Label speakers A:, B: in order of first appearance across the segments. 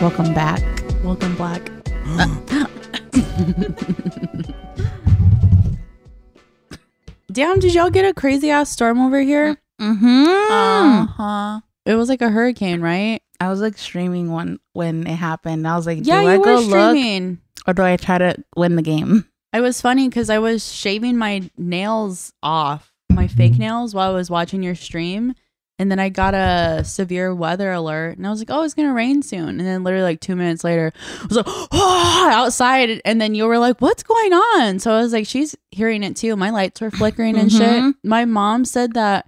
A: Welcome back.
B: Welcome, Black. Damn, did y'all get a crazy ass storm over here?
A: Mm-hmm.
B: Uh-huh. It was like a hurricane, right?
A: I was like streaming one when it happened. I was like, do
B: yeah,
A: I
B: you
A: go
B: were
A: look
B: streaming.
A: or do I try to win the game?
B: It was funny because I was shaving my nails off, my fake
A: Mm-hmm.
B: nails, while I was watching your stream. And then I got a severe weather alert and I was like, oh, it's going to rain soon. And then literally like two minutes later, I was like, oh, outside. And then you were like, what's going on? So I was like, she's hearing it too. My lights were flickering and
A: Mhm.
B: shit. My mom said that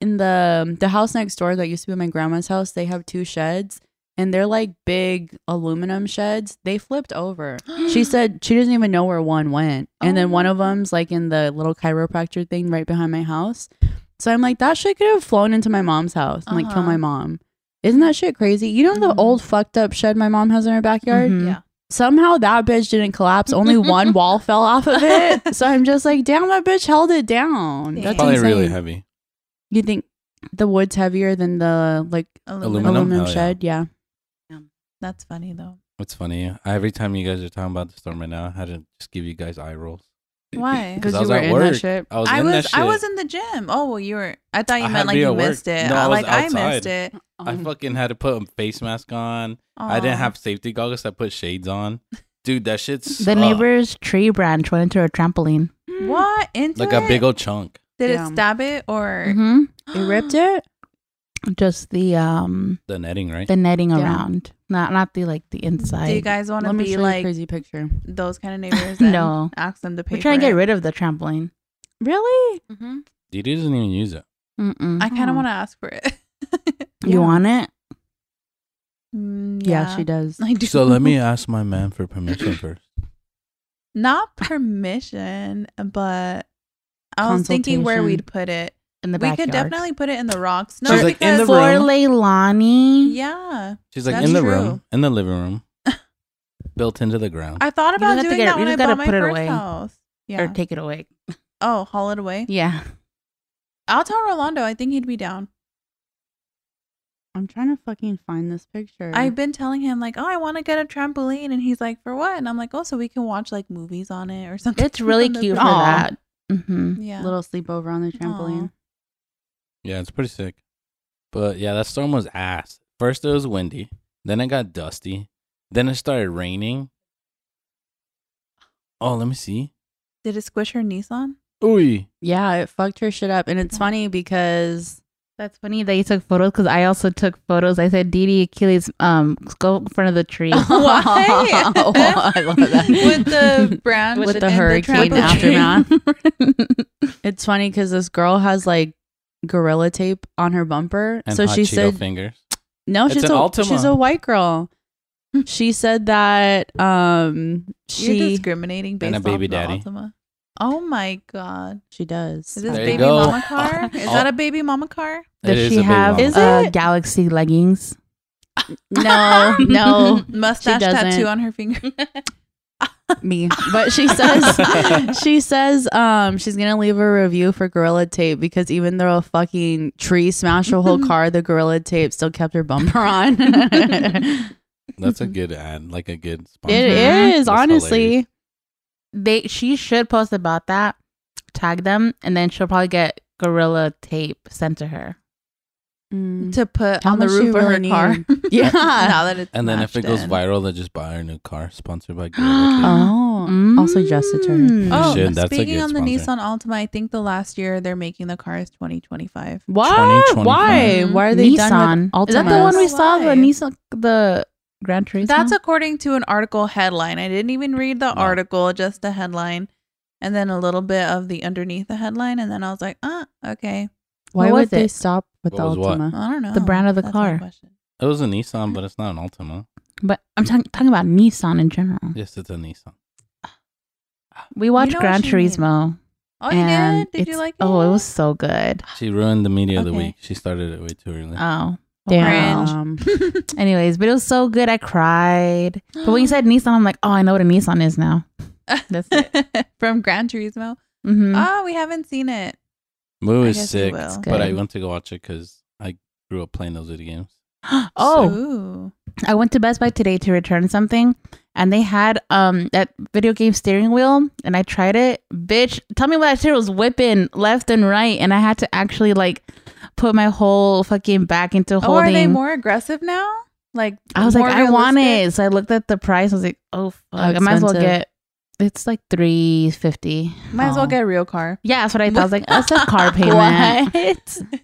B: in the the house next door that used to be my grandma's house, they have two sheds and they're like big aluminum sheds. They flipped over. She said she doesn't even know where one went. And
A: Oh.
B: then one of them's like in the little chiropractor thing right behind my house. So I'm like, that shit could have flown into my mom's house and like kill
C: Uh-huh.
B: my mom. Isn't that shit crazy? You know the
C: Mhm.
B: old fucked up shed my mom has in her backyard?
A: Mhm.
C: Yeah.
B: Somehow that bitch didn't collapse. Only one wall fell off of it. So I'm just like, damn, that bitch held it
C: Damn.
B: down. That's
C: Probably
D: Probably
B: insane.
D: really heavy.
B: You think the wood's heavier than the like
D: Aluminum?
B: aluminum
D: Hell yeah.
B: shed? Yeah.
C: That's funny though.
D: What's funny? Every time you guys are talking about the storm right now, I had to just give you guys eye rolls.
C: Why?
D: 'Cause
B: you
D: I was
B: were
D: at
B: in
D: work.
B: that shit.
D: I was
C: I
D: in
C: was
D: that shit.
C: I was in the gym. Oh, well, you were. I thought you
D: I had
C: meant
D: to
C: like
D: be
C: you
D: at work.
C: missed it. Oh,
D: No, I was
C: like I
D: outside.
C: missed it.
B: Oh
D: I fucking had to put a face mask on. I
C: Aw.
D: didn't have safety goggles. so I put shades on. Dude, that shit's
A: The neighbor's tree branch went into a trampoline.
C: what into
D: like a
C: it?
D: big old chunk.
C: Did
B: Mm-hmm. Yeah.
C: it stab it or
A: Mm-hmm.
B: It ripped it?
A: Just the um
D: The netting, right?
A: the netting
B: Yeah.
A: around, not not the like the inside.
C: Do you guys want to
B: Let me
C: be
B: show you a
C: like
B: crazy picture.
C: those kind of neighbors? Then
A: No.
C: ask them to pay.
A: We're trying
C: for
A: to get
C: it?
A: rid of the trampoline.
B: Really?
C: Mhm.
D: Dude, he doesn't even use it.
A: Mm-mm.
C: I kind
B: Oh.
C: of want to ask for it.
A: you want it?
C: Mm,
B: Yeah, she does.
C: I do.
D: So let me ask my man for permission first.
C: Not permission, but I was thinking where
B: Consultation.
C: we'd put it.
A: In the
C: we
A: backyard.
C: could definitely put it in the rocks. No,
D: She's like, in
C: because
D: the
A: For
D: room.
A: Leilani.
C: yeah,
D: She's like
C: That's
D: in the
C: true.
D: room, in the living room, built into the ground.
C: I thought
A: just
C: about
A: have to
C: doing
A: get it-
C: that
A: you
C: when I
A: just gotta
C: bought my
A: put it
C: first
A: away.
C: house.
A: Or
C: Yeah.
A: take it away.
C: oh, haul it away.
A: Yeah.
C: I'll tell Rolando. I think he'd be down.
B: I'm trying to fucking find this picture.
C: I've been telling him like, oh, I want to get a trampoline, and he's like, for what? And I'm like, oh, so we can watch like movies on it or something.
A: It's really
C: on the
A: cute for
C: ground."
B: Aw.
A: that. Mm-hmm.
C: Yeah.
B: little sleepover on the trampoline.
D: Yeah, it's pretty sick. But yeah, that storm was ass. First it was windy, then it got dusty, then it started raining. Oh, let me see.
C: Did it squish her Nissan?
D: Ooh,
B: Yeah, it fucked her shit up. And it's funny because
A: That's funny that you took photos because I also took photos. I said, Didi Achilles, um, go in front of the tree.
C: Why?
B: Oh, I love that.
C: With the brand
B: With the
C: and
B: hurricane
C: trampoline.
B: aftermath. it's funny because this girl has like gorilla tape on her bumper.
D: and
B: so
D: hot
B: she
D: Cheeto
B: said
D: fingers.
B: No,
D: It's
B: she's
D: an
B: a
D: Altima.
B: she's a white girl. She said that um
C: You're
B: she
C: discriminating based
D: And a baby
C: off the
D: daddy.
C: Altima. Oh my god!
B: she does.
C: Is this
D: There you
C: baby
D: go.
C: mama car? Is
D: Oh.
C: that a baby mama car?
D: It
A: Does
D: is
A: she
D: a big
A: have
D: mama.
B: Is
A: uh,
B: it?
A: galaxy leggings?
B: No, no,
C: Mustache tattoo
B: doesn't.
C: on her finger.
B: me. But she says she says um she's gonna leave a review for Gorilla Tape because even though a fucking tree smashed her whole car, the Gorilla Tape still kept her bumper on. it
D: That's a good ad, like a good sponsor.
B: is
D: That's
B: honestly.
A: They she should post about that, tag them, and then she'll probably get gorilla tape sent to her.
B: Mm.
C: to put
B: How
C: on the
B: much she
C: roof of her
B: really
C: car.
B: need. Yeah.
C: now that it's
D: And then if
C: smashed
D: it goes
C: in.
D: viral, they just buy her a new car, sponsored by Gorilla Tape.
B: Oh,
A: Mm.
B: I'll suggest it to her.
C: Oh,
D: Shit, that's a
C: speaking
D: good
C: on the
D: sponsor.
C: Nissan Altima, I think the last year they're making the car is 2025.
B: What? Why?
D: 2025.
B: Why are they
A: Nissan.
B: done with
A: Is that the one we
C: Altimas?
A: saw the
C: Why?
A: Nissan the Gran Turismo?
C: That's according to an article headline. I didn't even read the
D: No.
C: article, just the headline, and then a little bit of the underneath the headline, and then I was like, uh, okay,
B: Why
A: What
B: would
A: was
B: they
A: it?
B: stop with the
D: What was what?
B: Ultima?
C: I don't know
A: The brand of the
C: my
A: car.
C: question.
D: It was a Nissan, but it's not an Altima.
A: but I'm talking talking about Nissan in general.
D: Yes, it's a Nissan.
A: We watched
C: know what
A: Gran
C: you mean.
A: Turismo.
C: Oh, you
A: and
C: did? Did you
A: it's-
C: like it?
A: Oh, it was so good.
D: She ruined the media of the
C: Okay.
D: week. She started it way too early.
A: Oh. Wow.
B: Damn.
A: Anyways, but it was so good. I cried. But when you said Nissan, I'm like, oh, I know what a Nissan is now. That's it.
C: from Gran Turismo.
A: hmm
C: Oh, we haven't seen it.
D: Movie
C: I
D: is
C: guess we
D: sick,
C: will.
D: but I
A: Good.
D: went to go watch it because I grew up playing those video games.
A: oh,
C: Ooh.
A: I went to Best Buy today to return something, and they had um that video game steering wheel, and I tried it. Bitch, tell me what that shit was whipping left and right, and I had to actually like put my whole fucking back into
C: Oh,
A: holding.
C: are they more aggressive now? Like
A: I was like,
C: more
A: I want
C: realistic?
A: it. So I looked at the price. I was like, oh fuck,
B: How
A: I might as well
B: expensive.
A: get. It's like three fifty.
C: Might as well
B: Oh.
C: get a real car
A: Yeah, that's what I thought. I was like, that's a car payment.
B: What?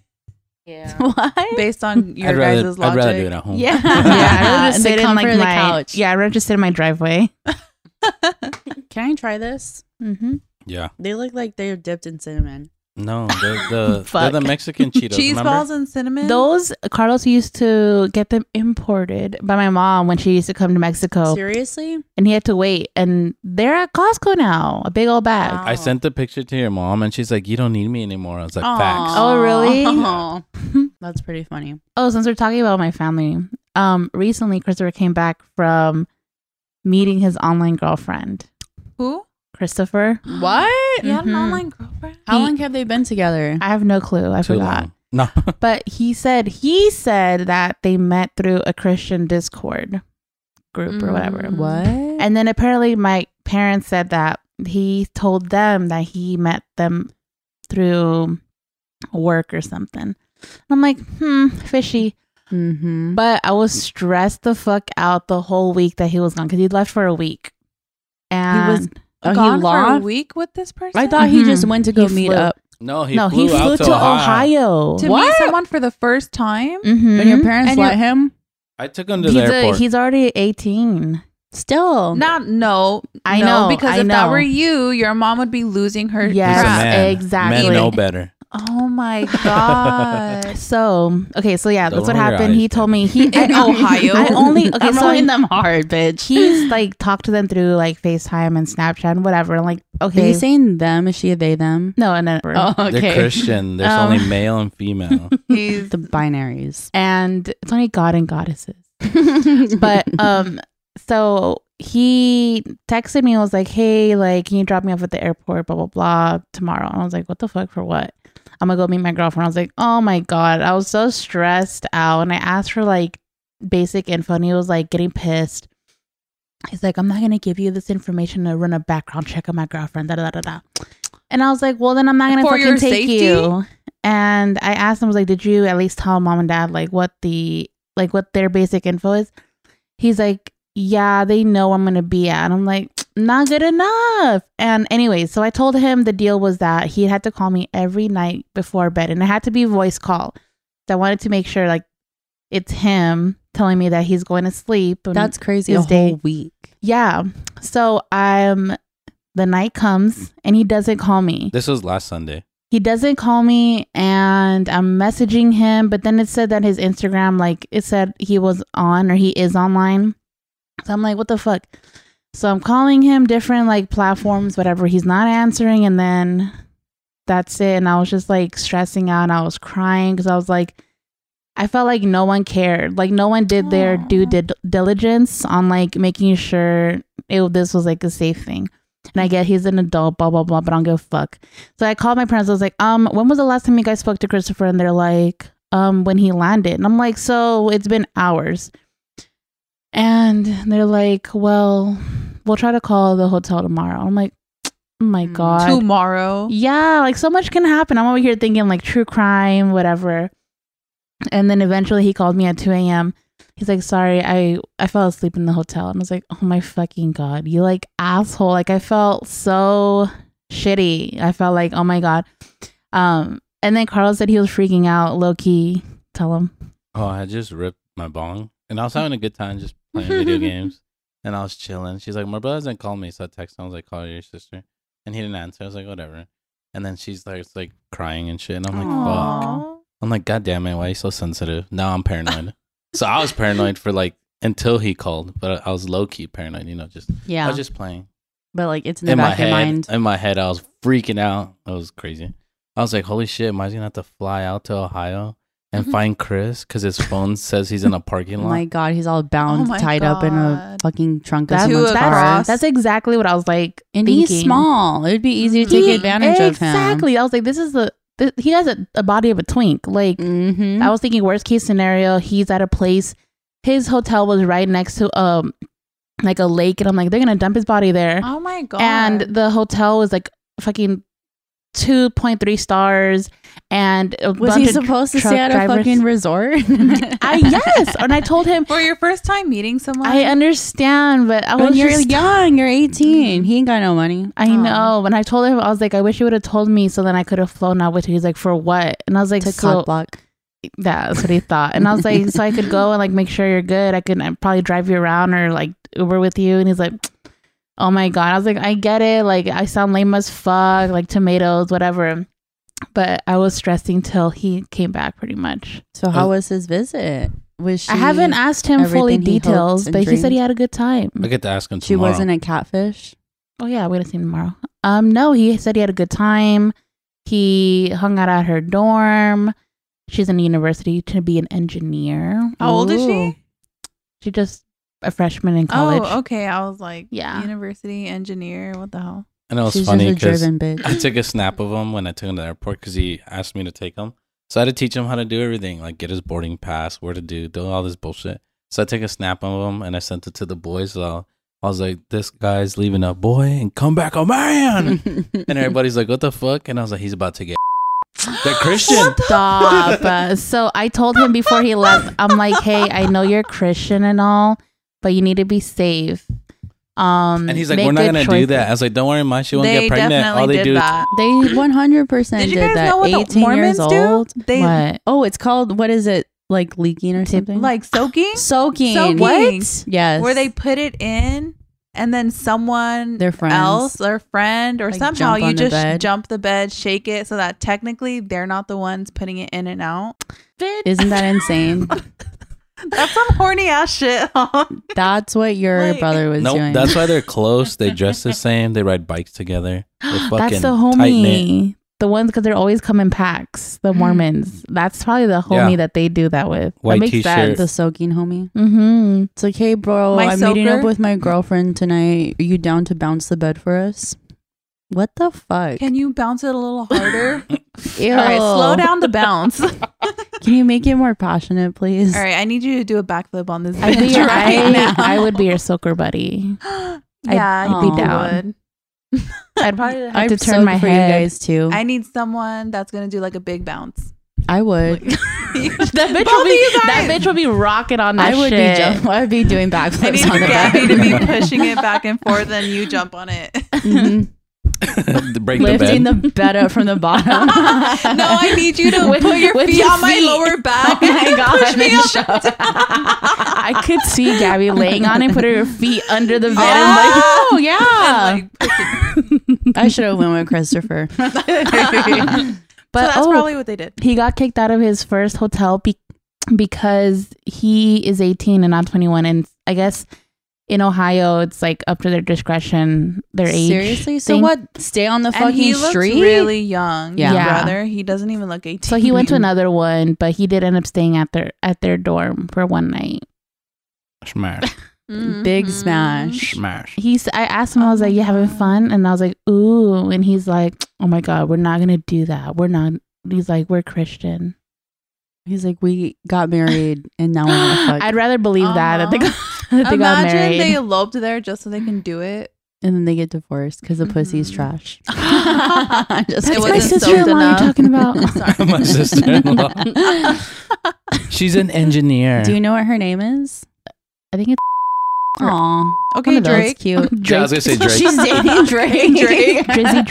A: Yeah.
B: What?
C: based on your
D: I'd rather,
C: guys'
D: I'd
C: logic.
D: rather do it at home.
B: Yeah.
A: yeah, I would
B: In
A: just
B: the
A: sit in
B: comfort
A: like
B: of the
A: my
B: couch.
A: yeah, I would just sit in my driveway.
B: Can I try this?
A: Mm-hmm.
D: Yeah.
B: They look like they're dipped in cinnamon.
D: No, the the, they're
A: Fuck.
D: the Mexican Cheetos.
C: Cheese
D: remember?
C: balls and cinnamon.
A: Those Carlos used to get them imported by my mom when she used to come to Mexico,
B: Seriously?
A: and he had to wait. And they're at Costco now, a big old bag.
B: Wow.
D: I sent the picture to your mom, and she's like, "You don't need me anymore." I was like,
B: Aw.
D: "Facts."
A: Oh, really?
B: Aw. That's pretty funny.
A: Oh, since we're talking about my family, um, recently Christopher came back from meeting his online girlfriend,
C: Who?
A: Christopher.
B: What?
C: You had an
A: Mhm.
C: online girlfriend?
B: How
A: He-
B: long have they been together?
A: I have no clue. I
D: Too
A: forgot.
D: long. No,
A: But he said he said that they met through a Christian Discord group or whatever.
C: Mm. What?
A: And then apparently my parents said that he told them that he met them through work or something. And I'm like, hmm, fishy.
B: Mm-hmm.
A: But I was stressed the fuck out the whole week that he was gone because he left for a week. And
B: was Oh,
C: Gone
B: he
C: for a
B: lost?
C: week with this person?
B: I thought Mm-hmm. he
A: Mhm.
B: just went to go
A: He
B: meet
A: flew.
B: up.
D: no, he
A: no,
D: flew
A: he flew
D: out
A: to,
D: Ohio.
A: Ohio.
C: to meet someone for the first time.
A: Mhm.
B: Mm-hmm. And your parents
C: And
B: let him?
D: I took him to
A: he's,
D: the
A: a-
D: airport.
A: he's already 18.
B: Still.
C: Not no,
A: I
C: no,
A: know,
C: because
A: I
C: if that
A: know.
C: were you, your mom would be losing her.
A: Yes.
D: He's a
A: Yeah,
C: crap.
D: man.
A: exactly.
D: Men know better.
C: Oh my god.
A: So okay, so yeah,
D: Don't
A: that's what
D: roll your
A: happened.
D: eyes,
A: He told me he
C: In Ohio.
A: I only okay.
B: I'm
A: so
B: rolling them hard, bitch.
A: he's like talked to them through like FaceTime and Snapchat and whatever. And like
B: Are
A: okay,
B: you saying them? Is she a they them?
A: no, and then
B: Oh, okay.
D: They're Christian. There's
A: Um,
D: only male and female.
C: He's
B: The binaries.
A: and it's only God and goddesses. But um, so he texted me. and was like, hey, like, can you drop me off at the airport? Blah blah blah tomorrow. And I was like, what the fuck for what? I'm gonna go meet my girlfriend. I was like, oh my god, I was so stressed out, and I asked for like basic info, and he was like getting pissed. He's like, I'm not gonna give you this information to run a background check on my girlfriend. Da da da da. da. And I was like, well, then I'm not gonna
C: For
A: fucking
C: your
A: take
C: safety?
A: you. And I asked him, I was like, did you at least tell mom and dad like what the like what their basic info is? He's like, yeah, they know I'm gonna be at. And I'm like, not good enough. And anyway, so I told him the deal was that he had to call me every night before bed, and it had to be voice call. So I wanted to make sure like it's him telling me that he's going to sleep. and-
B: That's crazy.
A: His
B: a
A: day.
B: whole week.
A: yeah. So um, the night comes and he doesn't call me.
D: this was last Sunday.
A: He doesn't call me, and I'm messaging him. But then it said that his Instagram, like it said he was on or he is online. So I'm like, what the fuck? So I'm calling him different like platforms, whatever. He's not answering, and then that's it. And I was just like stressing out, and I was crying because I was like, I felt like no one cared, like no one did their
C: Aw.
A: due di- diligence on like making sure it, this was like a safe thing. And I get he's an adult, blah blah blah, but I don't give a fuck. So I called my parents. I was like, um, when was the last time you guys spoke to Christopher? And they're like, um, when he landed. And I'm like, so it's been hours. And they're like, well, we'll try to call the hotel tomorrow. I'm like, oh my
B: Mm.
A: God.
C: tomorrow.
A: Yeah, like so much can happen. I'm over here thinking like true crime, whatever. And then eventually he called me at 2 a.m. He's like, sorry, I, I fell asleep in the hotel. And I was like, oh my fucking God, you like asshole. Like I felt so shitty. I felt like, oh my God. Um, and then Carlos said he was freaking out, low key. Tell him.
D: Oh, I just ripped my bong, and I was having a good time just playing video games, and I was chilling. She's like, "My brother doesn't call me," so I texted. Him. I was like, "Call your sister," and he didn't answer. I was like, "Whatever." And then she's like, it's like crying and shit, and I'm like,
B: Aw.
D: "Fuck!"
C: Aw.
D: I'm like, "God damn it, why are you so sensitive?" Now I'm paranoid. so I was paranoid for like until he called, but I was low key paranoid. You know, just I
B: Yeah.
D: was just playing
B: but like it's in the
D: in my
B: back of
D: head.
B: your mind.
D: In my head, I was freaking out. I was crazy. I was like, "Holy shit! Am I gonna have to fly out to Ohio and find Chris because his phone says he's in a parking
B: Mm-hmm. Oh
D: lot?"
B: my god, he's all bound,
C: Oh my
B: tied up in a
C: God.
B: fucking trunk of
A: That's,
C: Two
B: someone's
A: that's-
B: car.
C: across.
A: that's exactly what I was like.
B: And
A: thinking.
B: he's small. It would be easier to
C: He-
B: take advantage
A: exactly.
B: of him.
A: Exactly. I was like, this is the th- he has a, a body of a twink. Like
B: Mm-hmm.
A: I was thinking worst case scenario, he's at a place. His hotel was right next to um like a lake, and I'm like, they're gonna dump his body there.
C: Oh my god.
A: and the hotel was like fucking two point three stars, and a
B: was
A: bunch
B: he
A: of-
B: supposed to
A: truck
B: stay at a
A: drivers.
B: fucking resort?
A: I yes, and I told him
C: for your first time meeting someone.
A: I understand, but I
B: when
A: was
B: Oh, you're
A: just
B: young, you're 18. He ain't got no money.
A: I
C: Oh.
A: know. When I told him, I was like, I wish you would have told me so then I could have flown out with you. He's like, for what? And I was like,
B: To
A: so
B: cock block.
A: that's what he thought. And I was like, so I could go and like make sure you're good. I could uh, probably drive you around or like Uber with you. And he's like, oh my God. I was like, I get it. Like, I sound lame as fuck, like tomatoes, whatever. But I was stressing till he came back pretty much.
B: So
D: Uh,
B: how was his visit? Was she,
A: I haven't asked him fully
B: everything he hoped
A: details,
B: and
A: but he said he
B: dreamed.
A: had a good time.
D: I get to ask him
B: She
D: tomorrow.
B: wasn't a catfish.
A: Oh yeah, we gotta see him tomorrow. Um, no, he said he had a good time. He hung out at her dorm. She's in university to be an engineer.
C: How old is she?
A: She just a freshman in college.
C: Oh, okay. I was like,
A: Yeah.
C: university engineer. What the hell?
D: and it was
B: She's
D: funny
B: just a
D: because
B: driven bitch.
D: I took a snap of him when I took him to the airport because he asked me to take him. So I had to teach him how to do everything, like get his boarding pass, where to do, do all this bullshit. So I took a snap of him and I sent it to the boys. So I was like, "This guy's leaving a boy and come back a man." and everybody's like, "What the fuck?" And I was like, "He's about to get." They're Christian.
A: Stop. Uh, so I told him before he left, I'm like, hey, I know you're Christian and all, but you need to be safe. Um,
D: And he's like,
A: make
D: "We're not
A: good
D: gonna do
A: choices."
D: that." I was like, "Don't worry, my she won't
C: They
D: get pregnant."
C: definitely
D: All they
C: did
D: do,
C: that.
B: They 100%
C: Did
B: did,
C: you guys
B: that.
C: know what the
B: 18
C: Mormons
B: years
C: do?
B: old.
C: They
A: What?
B: Oh, it's called what is it? Like leaking or something?
C: like soaking.
B: soaking.
C: Soaking.
B: What? Yes.
C: Where they put it in, and then someone
B: Their friends.
C: else, their friend, or
B: Like,
C: somehow
B: jump
C: you
B: on the
C: just
B: bed.
C: jump the bed, shake it, so that technically they're not the ones putting it in and out.
B: Isn't that insane?
C: That's some horny ass shit.
B: that's what your
C: Like-
B: brother was
D: Nope,
B: doing.
D: that's why they're close. They dress the same. They ride bikes together. They're
A: That's
D: fucking
A: the
D: tight-knit.
A: homie. The ones because they're always come in packs. The Mormons. That's probably the homie
D: Yeah.
A: that they do that with.
D: White
A: that makes
D: t-shirt.
A: sense.
B: the soaking homie.
A: Mm-hmm.
B: It's like, hey, bro,
C: My
B: I'm meeting up
C: soaker?
B: with my girlfriend tonight. Are you down to bounce the bed for us? What the fuck?
C: Can you bounce it a little harder?
B: Ew.
C: All right, slow down to bounce. All
B: Can you make it more passionate, please?
C: right, I need you to do a backflip on this
A: I
C: bench
A: think
C: right now.
A: I, I would be your soaker buddy.
C: yeah,
A: I'd
C: you
A: be down.
C: would.
A: I'd probably have
B: I'd
A: to turn my
B: soak for you
A: head.
B: guys too.
C: I need someone that's gonna do like a big bounce.
B: I would.
A: That bitch
C: Both
A: will
C: of
A: be
C: you
A: that
C: guys.
A: bitch will be rocking on that
B: I would
A: shit.
B: be jump. I would be doing backflips
C: I need
B: on the
C: Gabby
B: bed.
C: to be pushing it back and forth, and you jump on it.
B: Mhm.
D: Break the bed.
B: Lifting the bed up from the bottom.
C: no, I need you to
A: With-
C: put your
A: with
C: feet
A: your
C: on my
A: feet.
C: lower back.
A: Oh my
C: and
A: God,
C: push me
A: and
C: up.
A: shove. I could see Gabby laying on it, put her feet under the bed,
C: Oh.
A: and like, oh yeah.
C: And, like, push it.
B: I should have went with Christopher.
A: But
C: so that's
A: oh,
C: probably what they did.
A: he got kicked out of his first hotel be- because he is 18 and not 21 and i guess in ohio it's like up to their discretion their age
B: Seriously? So
A: thing.
B: what? Stay on the
C: And
B: fucking
C: he looks
B: street?
C: really young.
B: Yeah.
C: Yeah,
A: Yeah.
C: brother, he doesn't even look eighteen.
A: so he went to another one but he did end up staying at their at their dorm for one night
D: Smash,
B: Big
C: Mhm.
B: smash.
D: smash.
A: he's i asked him i was like you
B: Oh.
A: having fun and i was like ooh and he's like oh my god we're not gonna do that we're not he's like we're christian
B: He's like, we got married and now we're gonna fuck.
A: i'd rather believe that that they got, that they got
C: Imagine
A: married
C: they eloped there just so they can do it.
B: and then they get divorced because the pussy's
C: Mhm.
B: trash. Mm-hmm.
A: that's
B: Just
C: it
A: my
C: wasn't soaked
A: sister-in-law you're
C: enough.
A: talking about
D: My sister-in-law. She's an engineer.
B: Do you know what her name is?
A: i think it's
B: Aw.
A: One
C: Okay,
A: of those.
C: Drake.
B: Cute.
D: Yeah, I was gonna say Drake.
B: She's dating Drake.
C: Drake.
A: drizzy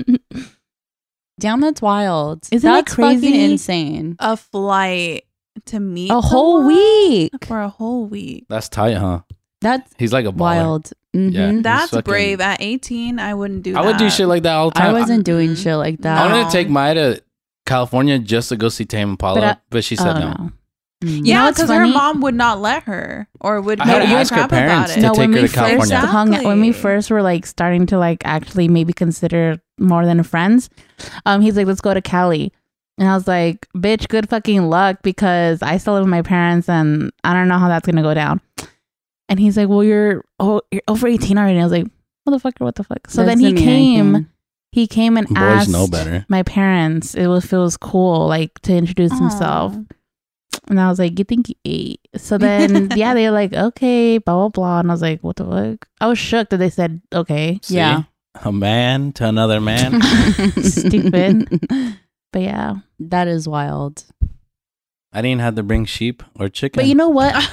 A: drake
B: Drake. Damn, that's wild.
A: Isn't that
B: that's fucking
A: crazy?
B: insane.
C: A flight to meet
B: A whole
C: someone
B: week.
C: for a whole week.
D: That's tight, huh?
B: That's
D: He's like a baller.
B: wild.
D: Yeah.
B: Mhm.
C: That's
D: fucking-
C: brave. At eighteen, I wouldn't do.
D: I would do
C: that.
D: shit like that all the
B: I
D: time. Mm-hmm.
B: wasn't doing
C: Mhm.
B: shit like
D: I,
B: that.
D: I
C: No.
D: wanted to take Maya to California just to go see Tame Impala,
A: But
D: but,
A: I-
D: she
A: Oh,
D: said no.
B: Mm.
A: know
C: Yeah,
A: what's
C: because her
A: funny?
C: mom would not let her, or would
D: I
A: had
C: give
A: to
C: a
D: ask her
C: crap
D: parents
C: about
D: to
C: it.
A: No,
D: take
A: when
D: her
A: we
D: to
A: first
D: California.
A: hung out, when we
C: Exactly.
A: first were like starting to like actually maybe consider more than friends, um, he's like, "Let's go to Cali," and I was like, "Bitch, good fucking luck because I still live with my parents and I don't know how that's gonna go down." And he's like, "Well, you're oh, you're over eighteen already." And I was like, "Motherfucker, what the fuck?" So then he
B: Doesn't mean
A: came.
B: anything.
A: he came and
D: Boys
A: asked
D: know better.
A: my parents it was, if it was cool, like to introduce himself. And I was like, You think you ate? So then, yeah, they were like, Okay, blah, blah, blah. And I was like, What the fuck? I was shook that they said, Okay.
D: See?
B: Yeah.
D: A man to another man.
A: Stupid. But yeah.
B: That is wild.
D: I didn't have to bring sheep or chicken.
A: But you know what?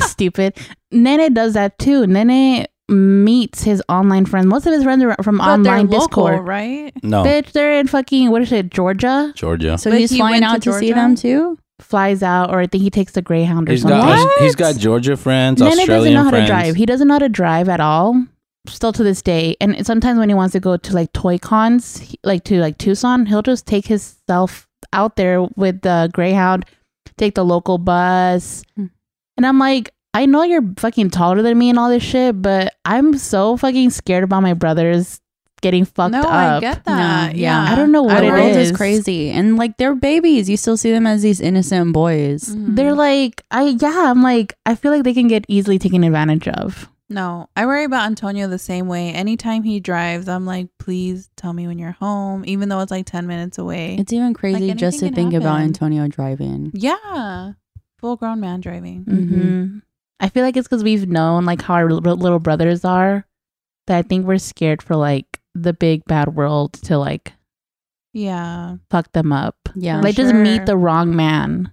A: Stupid. Nene does that too. Nene meets his online friends. Most of his friends are from
C: But they're
A: online
C: local,
A: Discord.
C: right?
D: no,
A: Bitch, they're in fucking, what is it, Georgia?
D: Georgia.
B: So
C: But
B: he's
C: he
B: flying out
C: went
B: to,
C: to
B: see
C: Georgia?
B: them too.
A: Flies out, or I think he takes the Greyhound or
D: He's
A: something.
D: got
B: What?
D: he's got Georgia friends,
A: Nene doesn't
D: Australian
A: know how
D: friends.
A: to drive. He doesn't know how to drive at all, still to this day. And sometimes when he wants to go to like toy cons, he- like to like Tucson, he'll just take himself out there with the Greyhound, take the local bus.
B: Hmm.
A: And I'm like, I know you're fucking taller than me and all this shit, but I'm so fucking scared about my brothers getting fucked
C: no,
A: up.
C: I get that.
B: No, yeah.
C: yeah.
A: I don't know what
B: the
A: it
B: world
A: is.
B: is. crazy, and like they're babies. You still see them as these innocent boys.
C: Mhm.
A: They're like, I yeah, I'm like, I feel like they can get easily taken advantage of.
C: No, I worry about Antonio the same way. Anytime he drives, I'm like, please tell me when you're home, even though it's like 10 minutes away.
B: It's even crazy
C: Like,
B: just to
C: anything can
B: think about
C: happen.
B: Antonio driving.
C: yeah. Full grown man driving.
A: hmm I feel like it's because we've known like how our l- little brothers are that I think we're scared for like the big bad world to like
C: Yeah.
A: fuck them up.
B: Yeah,
A: like just meet
C: sure.
A: the wrong man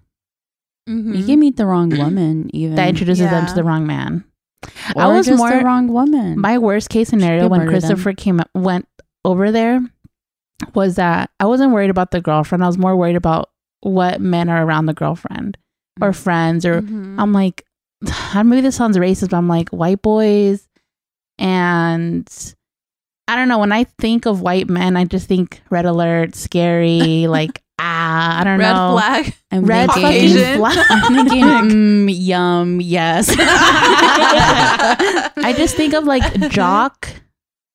A: Mm-hmm.
B: you can meet the wrong woman. Even
A: that introduces them to
C: Yeah.
A: the wrong man.
B: or
A: I was
B: just
A: more-
B: the wrong woman.
A: My worst case scenario
B: could
A: when
B: murder them.
A: Christopher came went over there was that I wasn't worried about the girlfriend. I was more worried about what men are around the girlfriend
C: Mm.
A: or friends or
C: Mhm.
A: I'm like, maybe this sounds racist, but I'm like, white boys. And I don't know. When I think of white men, I just think red alert, scary, like, ah, I don't
C: Red
A: know.
C: flag.
B: I'm
A: Red
B: thinking-
C: Caucasian.
A: fucking flag.
B: I'm thinking, mm, yum, yes.
A: I just think of like jock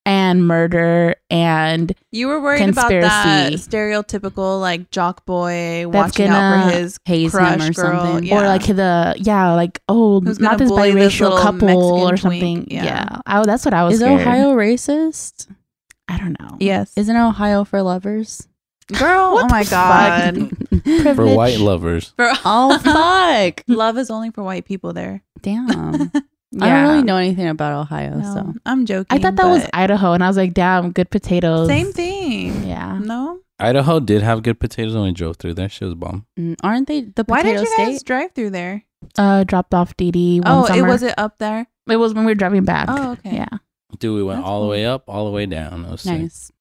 A: and murder and
C: You were worried about that
A: Conspiracy.
C: stereotypical like jock boy
A: That's
C: watching out
A: gonna
C: for his
B: haze him
C: crush
B: or
C: girl.
B: something.
A: or
C: Yeah.
A: like the yeah like oh
C: Who's
A: not
C: gonna
A: this
C: bully this
A: biracial
C: little
A: couple
C: Mexican
A: or
C: twink,
A: something yeah,
C: yeah.
A: I, that's what I was
B: Is
A: scared.
B: Ohio racist?
A: I don't know
C: yes,
B: Isn't Ohio for lovers?
C: girl.
A: What
C: oh my
A: the fuck?
C: god,
D: for
A: Privilege.
D: white lovers.
C: For-
B: oh fuck!
C: love is only for white people there.
B: Damn, I
A: Yeah.
B: don't really know anything about Ohio.
C: No,
B: Oh, So
C: I'm joking.
A: I thought that was
C: but
A: Idaho and I was like damn good potatoes
C: same thing.
A: yeah
C: No,
D: Idaho did have good potatoes when we drove through there. She was bomb.
B: Mm, aren't they the potato
C: why did you
B: state?
C: guys drive through there?
A: uh dropped off Didi one
C: Oh,
A: summer.
C: it was it up there.
A: It was when we were driving back.
C: Oh, okay.
A: Yeah.
D: Dude, we went
C: That's
D: all the
C: cool.
D: way up, all the way down. It was sick.
B: Nice.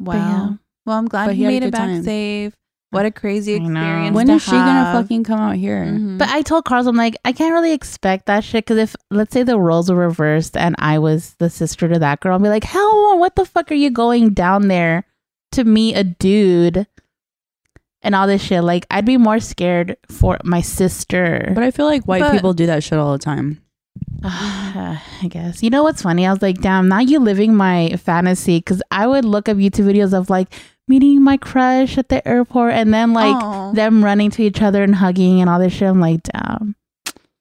C: Wow.
A: yeah.
C: Well, I'm glad
B: But
C: he
B: he had a
C: made
B: good
C: it back
B: time.
C: safe. What a crazy
A: I know.
C: experience.
B: When
C: to
B: is she gonna
C: have.
B: fucking come out here?
C: Mhm.
A: But I told Carlos, I'm like, I can't really expect that shit because if let's say the roles were reversed and I was the sister to that girl, I'd be like, hell, what the fuck are you going down there to meet a dude and all this shit? Like, I'd be more scared for my sister.
B: But I feel like white
C: But-
B: people do that shit all the time.
A: I guess. You know what's funny? I was like, damn, now you living my fantasy because I would look up YouTube videos of like meeting my crush at the airport and then like
C: Oh.
A: them running to each other and hugging and all this shit. I'm like, damn.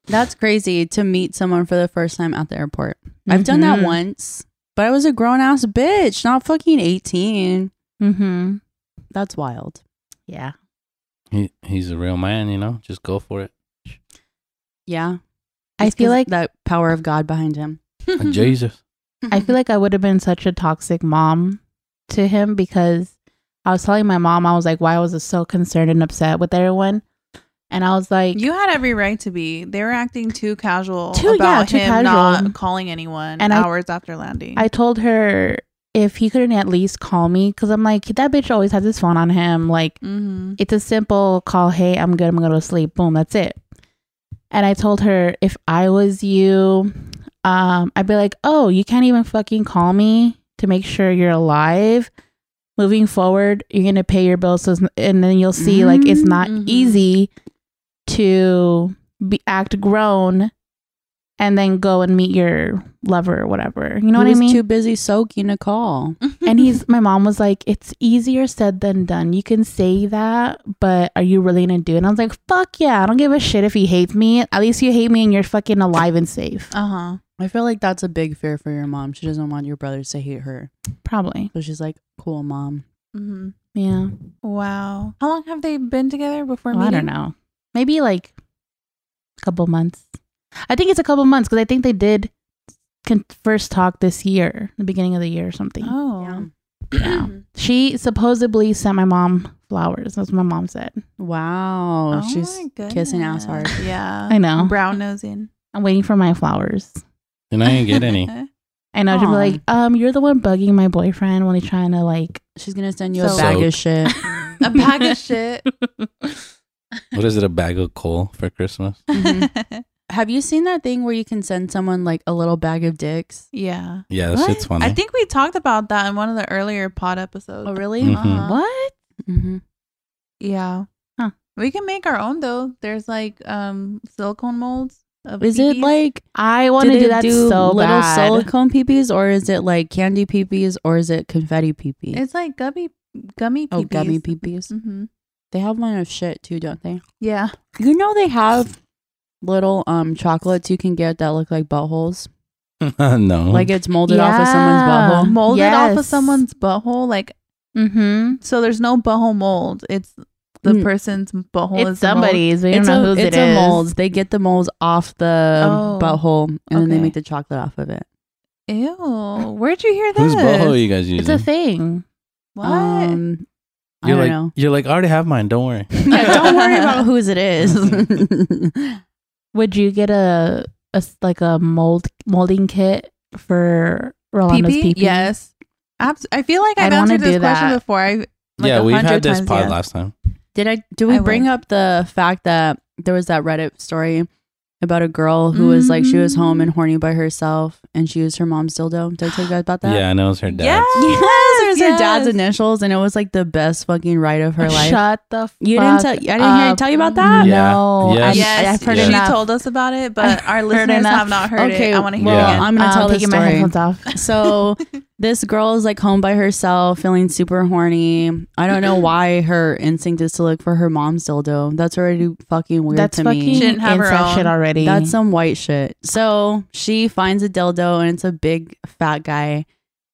B: That's crazy to meet someone for the first time at the airport. I've done
A: Mm-hmm.
B: that once, but I was a grown ass bitch, not fucking 18.
A: Mm-hmm.
B: That's wild.
A: Yeah.
D: He, he's a real man, you know? Just go for it.
B: Yeah.
A: I
B: It's
A: feel
B: 'cause
A: like-
B: that power of God behind him. Mm-hmm.
D: Like, Jesus.
A: I feel like I would have been such a toxic mom to him because I was telling my mom, I was like, why was I so concerned and upset with everyone? And I was like,
C: You had every right to be. They were acting too casual
A: Too- yeah,
C: about
A: too
C: him
A: casual.
C: not calling anyone
A: And I-
C: hours after landing.
A: I told her if he couldn't at least call me because I'm like, that bitch always has his phone on him. Like,
C: mm-hmm.
A: it's a simple call. Hey, I'm good. I'm going to go to sleep. Boom. That's it. And I told her if I was you, um, I'd be like, oh, you can't even fucking call me to make sure you're alive. Moving forward, you're going to pay your bills. So it's, n- and then you'll see like it's not
C: Mhm.
A: easy to be act grown and then go and meet your lover or whatever. You know
B: He
A: what I
B: was
A: mean?
B: Too busy soaking a call.
A: and he's my mom was like it's easier said than done you can say that but are you really gonna do it and i was like fuck yeah i don't give a shit if he hates me at least you hate me and you're fucking alive and safe
C: Uh huh.
B: I feel like that's a big fear for your mom. She doesn't want your brothers to hate her.
A: probably
B: So she's like, Cool mom.
C: hmm
A: Yeah.
C: Wow. How long have they been together before
A: Well, I
C: meeting?
A: don't know. Maybe like a couple months. I think it's a couple months because I think they did con- first talk this year, the beginning of the year or something.
C: Oh.
A: Yeah. She supposedly sent my mom flowers. That's what my mom said.
B: Wow.
C: Oh
B: She's
C: my
B: kissing ass hard.
C: goodness. Yeah.
A: I know.
C: Brown nosing.
A: I'm waiting for my flowers.
D: And I didn't get any.
A: And I'd be
B: Aw.
A: like, um, you're the one bugging my boyfriend when he's trying to like
B: she's gonna send you
C: So-
B: a bag
D: Soaked.
B: of shit.
C: A bag of shit.
D: What is it? A bag of coal for Christmas?
B: Mhm. Have you seen that thing where you can send someone like a little bag of dicks?
C: yeah.
D: Yeah, that
B: What?
D: shit's funny.
C: I think we talked about that in one of the earlier pod episodes.
B: Oh really?
D: Mhm.
C: Uh-huh.
A: What?
B: Mm-hmm.
C: Yeah.
A: Huh.
C: We can make our own though. There's like um silicone molds of
B: Is it
C: peepees.
B: like
A: I want to
B: they
A: do that so
B: little
A: bad.
B: silicone peepees, or is it like candy peepees, or is it confetti peepee?
C: it's like gummy gummy peepees.
B: Oh, gummy peepees.
C: hmm
B: They have one of shit too, don't they?
C: Yeah.
B: You know they have little um chocolates you can get that look like buttholes.
D: no.
B: Like it's molded off of someone's
A: Yeah.
B: butthole.
C: Molded off of
A: Yes.
C: someone's butthole. Like
A: mm-hmm.
C: so there's no butthole mold. It's the
B: Mm.
C: person's butthole
A: It's
C: is the mold.
A: somebody's. We don't know whose
B: it's
A: it
B: a
A: is.
B: mold. They get the molds off the
C: Oh,
B: butthole and then they
C: okay.
B: make the chocolate off of it.
C: Ew. Where'd you hear that?
D: whose butthole are you guys
A: It's
D: using?
A: a thing.
C: What?
B: Um, I
D: you're
B: don't
D: like,
B: know.
D: You're like, I already have mine. Don't worry.
B: Yeah, don't worry about whose it is.
A: Would you get a, a s- like a mold molding kit for Rolando's
C: Pee-pee?
A: pee
C: Yes. Abs- I feel like I've
A: I'd wanna
C: answered this
A: do
C: question
A: that.
C: before. I like
D: yeah,
C: a
D: we've
C: hundred
D: had this
C: times
D: pod
C: yes.
D: last time.
B: Did I? Do we
C: I
B: bring
C: would.
B: up the fact that there was that Reddit story about a girl who was like she was home
A: Mm-hmm.
B: and horny by herself and she used her mom's dildo? Did I tell you guys about that?
D: yeah, I know it's her dad.
B: Yes, there's her dad's
C: yes.
B: initials, and it was like the best fucking ride of her life.
A: Shut the fuck
B: you didn't tell. I didn't hear I
A: up.
B: tell you about that.
D: Yeah.
A: No.
D: Yes.
A: I-
C: Yes,
A: I, have heard
D: yes.
C: she
A: enough.
C: told us about it, but our listeners
A: enough.
C: have not heard
B: Okay,
C: it. I want to hear
B: well,
C: it.
D: Yeah.
B: I'm gonna
A: Um,
B: tell this
A: taking my
B: story.
A: headphones off.
B: So this girl is like home by herself, feeling super horny. I don't know why her instinct is to look for her mom's dildo. That's already fucking weird
A: That's
B: to
A: fucking
B: me.
C: She didn't have her
A: incel
C: own.
A: shit already.
B: That's some white shit. So she finds a dildo and it's a big fat guy.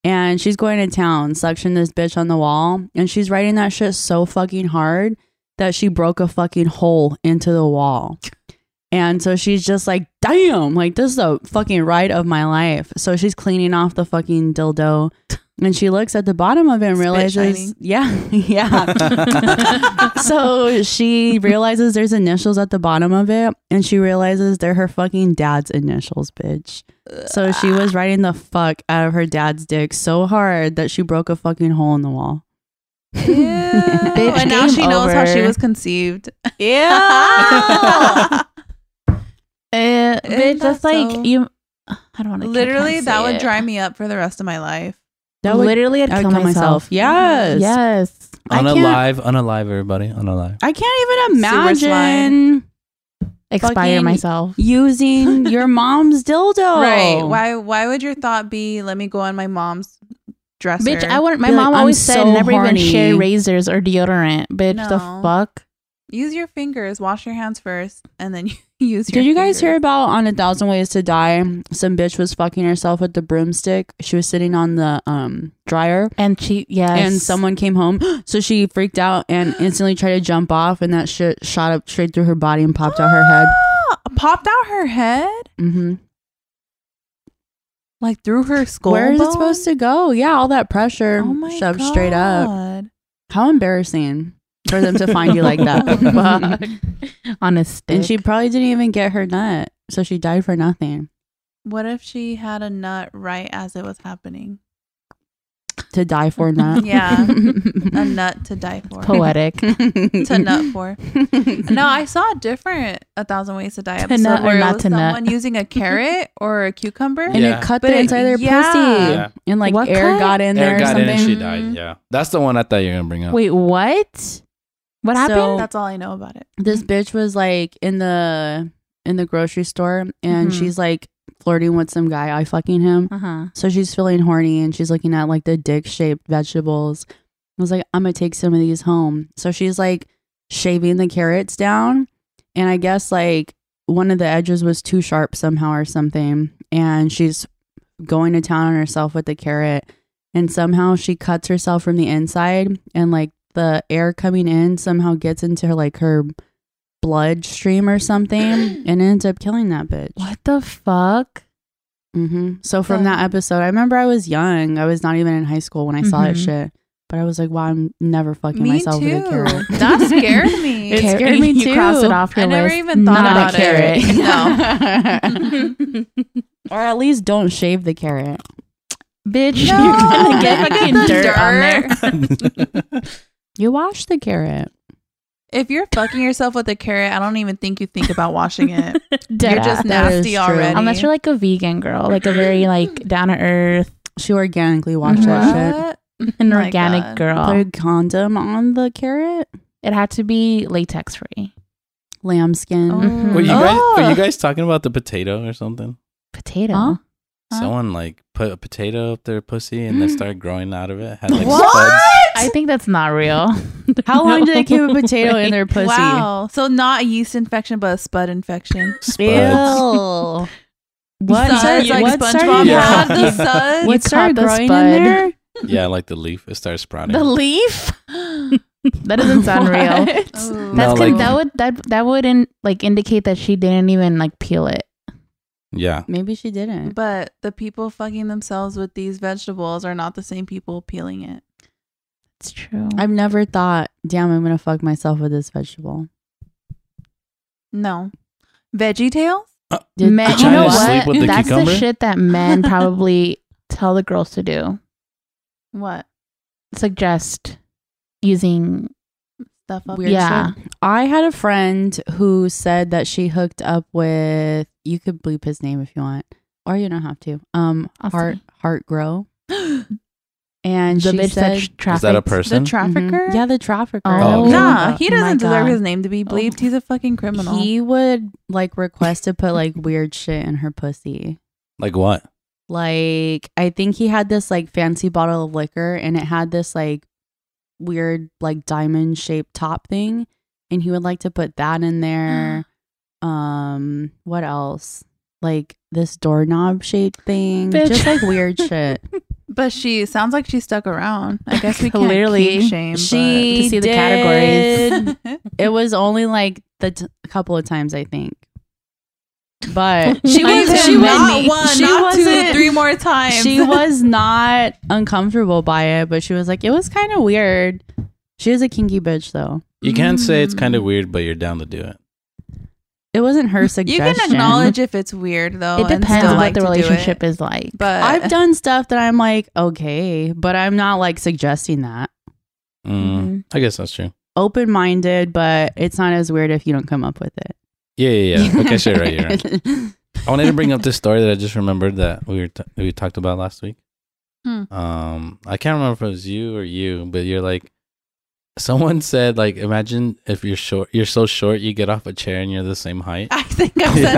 B: And she's going to town, suction this bitch on the wall. And she's writing that shit so fucking hard that she broke a fucking hole into the wall. And so she's just like, damn, like this is a fucking ride of my life. So she's cleaning off the fucking dildo. And she looks at the bottom of it and
C: Spit
B: realizes,
C: shining.
B: yeah, yeah
D: Yeah.
B: so she realizes there's initials at the bottom of it, and she realizes they're her fucking dad's initials, bitch. So she was riding the fuck out of her dad's dick so hard that she broke a fucking hole in the wall.
C: Ew. and now
A: game
C: she knows how she
A: over.
C: was conceived.
B: Yeah.
A: Eh, bitch,
C: Isn't
A: that's
C: that
A: like
C: so-
A: you. I don't want to.
C: Literally, that would dry me up for the rest of my life.
B: That would-
A: Literally, I'd
B: I
A: kill
B: would kill myself.
A: myself.
B: Yes.
A: Yes.
B: I can't-
D: unalive, unalive, everybody. Unalive.
B: I can't even
C: Super slide.
B: imagine
A: Expire
B: Fucking-
A: myself.
B: using your mom's dildo.
C: Right? Why? Why would your thought be, "Let me go on my mom's dresser"?
A: Bitch, I wouldn't. My
B: Be like,
A: mom
B: "I'm
A: always said
B: so
A: never even
B: horny."
A: share razors or deodorant. Bitch, the
C: No.
A: fuck.
C: use your fingers. Wash your hands first, and then you use.
B: Did you guys hear about on a thousand ways to die? Some bitch was fucking herself with the broomstick. She was sitting on the um dryer.
A: And she, yes.
B: and someone came home so she freaked out and instantly tried to jump off and that shit shot up straight through her body and popped out her head
C: Popped out her head,
B: hmm
C: like through her skull.
B: where is it supposed to go yeah all that pressure
C: Oh my
B: shoved straight up
C: God.
B: how embarrassing for them to find you like that
A: Fuck. on a stick.
B: and she probably didn't even get her nut so she died for nothing
C: What if she had a nut right as it was happening?
B: to die for nut
C: Yeah. A nut to die for.
A: poetic.
C: to nut for. No, I saw a different A Thousand Ways to Die episode
A: nut or
C: where
A: not
C: it was
A: to nut?
C: someone using a carrot or a cucumber.
B: and
D: Yeah.
B: it cut
C: But
B: the
C: it-
B: inside of their
C: yeah.
B: pussy
D: Yeah.
B: and like
A: What
B: air
A: cut?
B: got in there
D: Eric
B: or
D: got in
B: something
D: and she died. Yeah, that's the one I thought you were gonna bring up.
A: Wait, what? What
B: So-
A: happened?
C: That's all I know about it.
B: this bitch was like in the in the grocery store and
A: Mhm.
B: she's like flirting with some guy i fucking him
A: Uh huh.
B: so she's feeling horny and she's looking at like the dick shaped vegetables i was like i'm gonna take some of these home so she's like shaving the carrots down and i guess like one of the edges was too sharp somehow or something and she's going to town on herself with the carrot and somehow she cuts herself from the inside and like the air coming in somehow gets into her like her bloodstream or something and ends up killing that bitch.
A: What the fuck?
C: Mm-hmm.
B: hmm So from
C: Yeah.
B: that episode, I remember I was young. I was not even in high school when I saw that
A: Mhm.
B: shit. But I was like, wow, I'm never fucking
C: Mm-hmm. Me
B: myself with a carrot.
C: too. That scared me.
B: It
A: Car-
B: scared me
A: you
B: too.
A: cross it off your
C: I never
A: list.
C: even thought
A: Not
C: about it.
B: No. or at least don't shave the carrot.
A: Bitch,
C: No,
A: you're gonna get
C: look at
A: fucking
C: the
A: dirt, on there.
B: You wash the carrot.
C: If you're fucking yourself with a carrot, I don't even think you think about washing it.
A: Dead
C: you're just
A: ass.
B: That is
C: nasty
B: true.
C: already.
A: Unless you're like a vegan girl, like a very like down to earth
B: She organically washed that shit.
C: What?
A: an
C: my
A: organic
C: God.
A: girl.
B: Put a condom on the carrot.
A: It had to be latex free.
B: Lambskin.
A: Mhm.
D: were, you guys, were
C: Oh.
D: you guys talking about the potato or something?
A: Potato.
B: Huh?
C: Huh?
D: Someone like put a potato up their pussy and then started growing out of it. Had like
C: What?
D: spuds.
A: I think that's not real.
B: How long do they keep a potato in
A: Wait.
B: their pussy?
C: Oh, Wow. So not a yeast infection, but a spud infection.
D: Spuds.
B: Ew. What?
C: Suds,
B: started-
C: like SpongeBob
B: what started-
D: Yeah.
C: had the suds.
A: You
B: What started
A: caught the
B: growing
A: spud.
B: in there?
D: Yeah, like the leaf. It starts sprouting.
A: The leaf? that doesn't sound real.
B: real.
C: Ooh.
A: That's
D: No,
A: good.
D: like-
A: that would that that wouldn't like indicate that she didn't even like peel it.
D: yeah.
B: Maybe she didn't.
C: But the people fucking themselves with these vegetables are not the same people peeling it.
A: It's true.
B: I've never thought, damn, I'm gonna fuck myself with this vegetable.
C: No. Veggie tails?
B: Did-
A: Men,
D: Did
A: you
D: China
A: know
D: sleep
A: what?
D: with the
A: That's
D: cucumber?
A: the shit that men probably tell the girls to do.
C: What?
A: Suggest using
C: Stuff up
B: Weird
C: your
A: yeah.
B: shit. I had a friend who said that she hooked up with you could bleep his name if you want. Or you don't have to. Um
A: I'll
B: Heart
A: say.
B: Heart Grow. And
A: the
B: she
A: bitch
B: said
A: that traffic.
D: Is that a
C: The
D: person?
C: trafficker?
B: Mhm. Yeah, the trafficker.
A: Oh, okay.
C: Nah, he
A: Oh my
C: doesn't deserve
A: God.
C: his name to be bleeped. He's a fucking criminal.
B: He would like request to put like weird shit in her pussy.
D: Like what?
B: Like I think he had this like fancy bottle of liquor and it had this like weird like diamond shaped top thing and he would like to put that in there. um what else? Like this doorknob shaped thing.
A: Bitch.
B: Just like weird shit.
C: but she sounds like she stuck around. I guess we can't
A: Clearly.
C: kink shame.
B: She
A: To see the
B: did-
A: categories.
B: it was only like the t- couple of times I think. But
A: She
C: was
A: was-
B: she
A: was-
C: not one,
B: she
C: not two,
B: wasn't-
C: three more times.
B: she was not uncomfortable by it, but she was like, it was kind of weird. She was a kinky bitch, though.
D: You can't say it's kind of weird, but you're down to do it.
B: It wasn't her
C: You
B: suggestion.
C: can acknowledge if it's weird though.
A: it
C: and
A: depends
C: still
A: on
C: like
A: what the
C: to do it.
A: relationship is like.
C: But
B: I've done stuff that I'm like, okay, but I'm not like suggesting that.
D: Mm,
A: Mhm.
D: I guess that's true.
B: Open minded, but it's not as weird if you don't come up with it.
D: Yeah, yeah, yeah. Okay, sure, right, you're right.
B: right.
D: I wanted to bring up this story that I just remembered that we were t- we talked about last week.
C: Hmm.
D: Um, I can't remember if it was you or you, but you're like, someone said like, imagine if you're short, you're so short, you get off a chair and you're the same height.
C: I think I said
D: Yeah.
C: that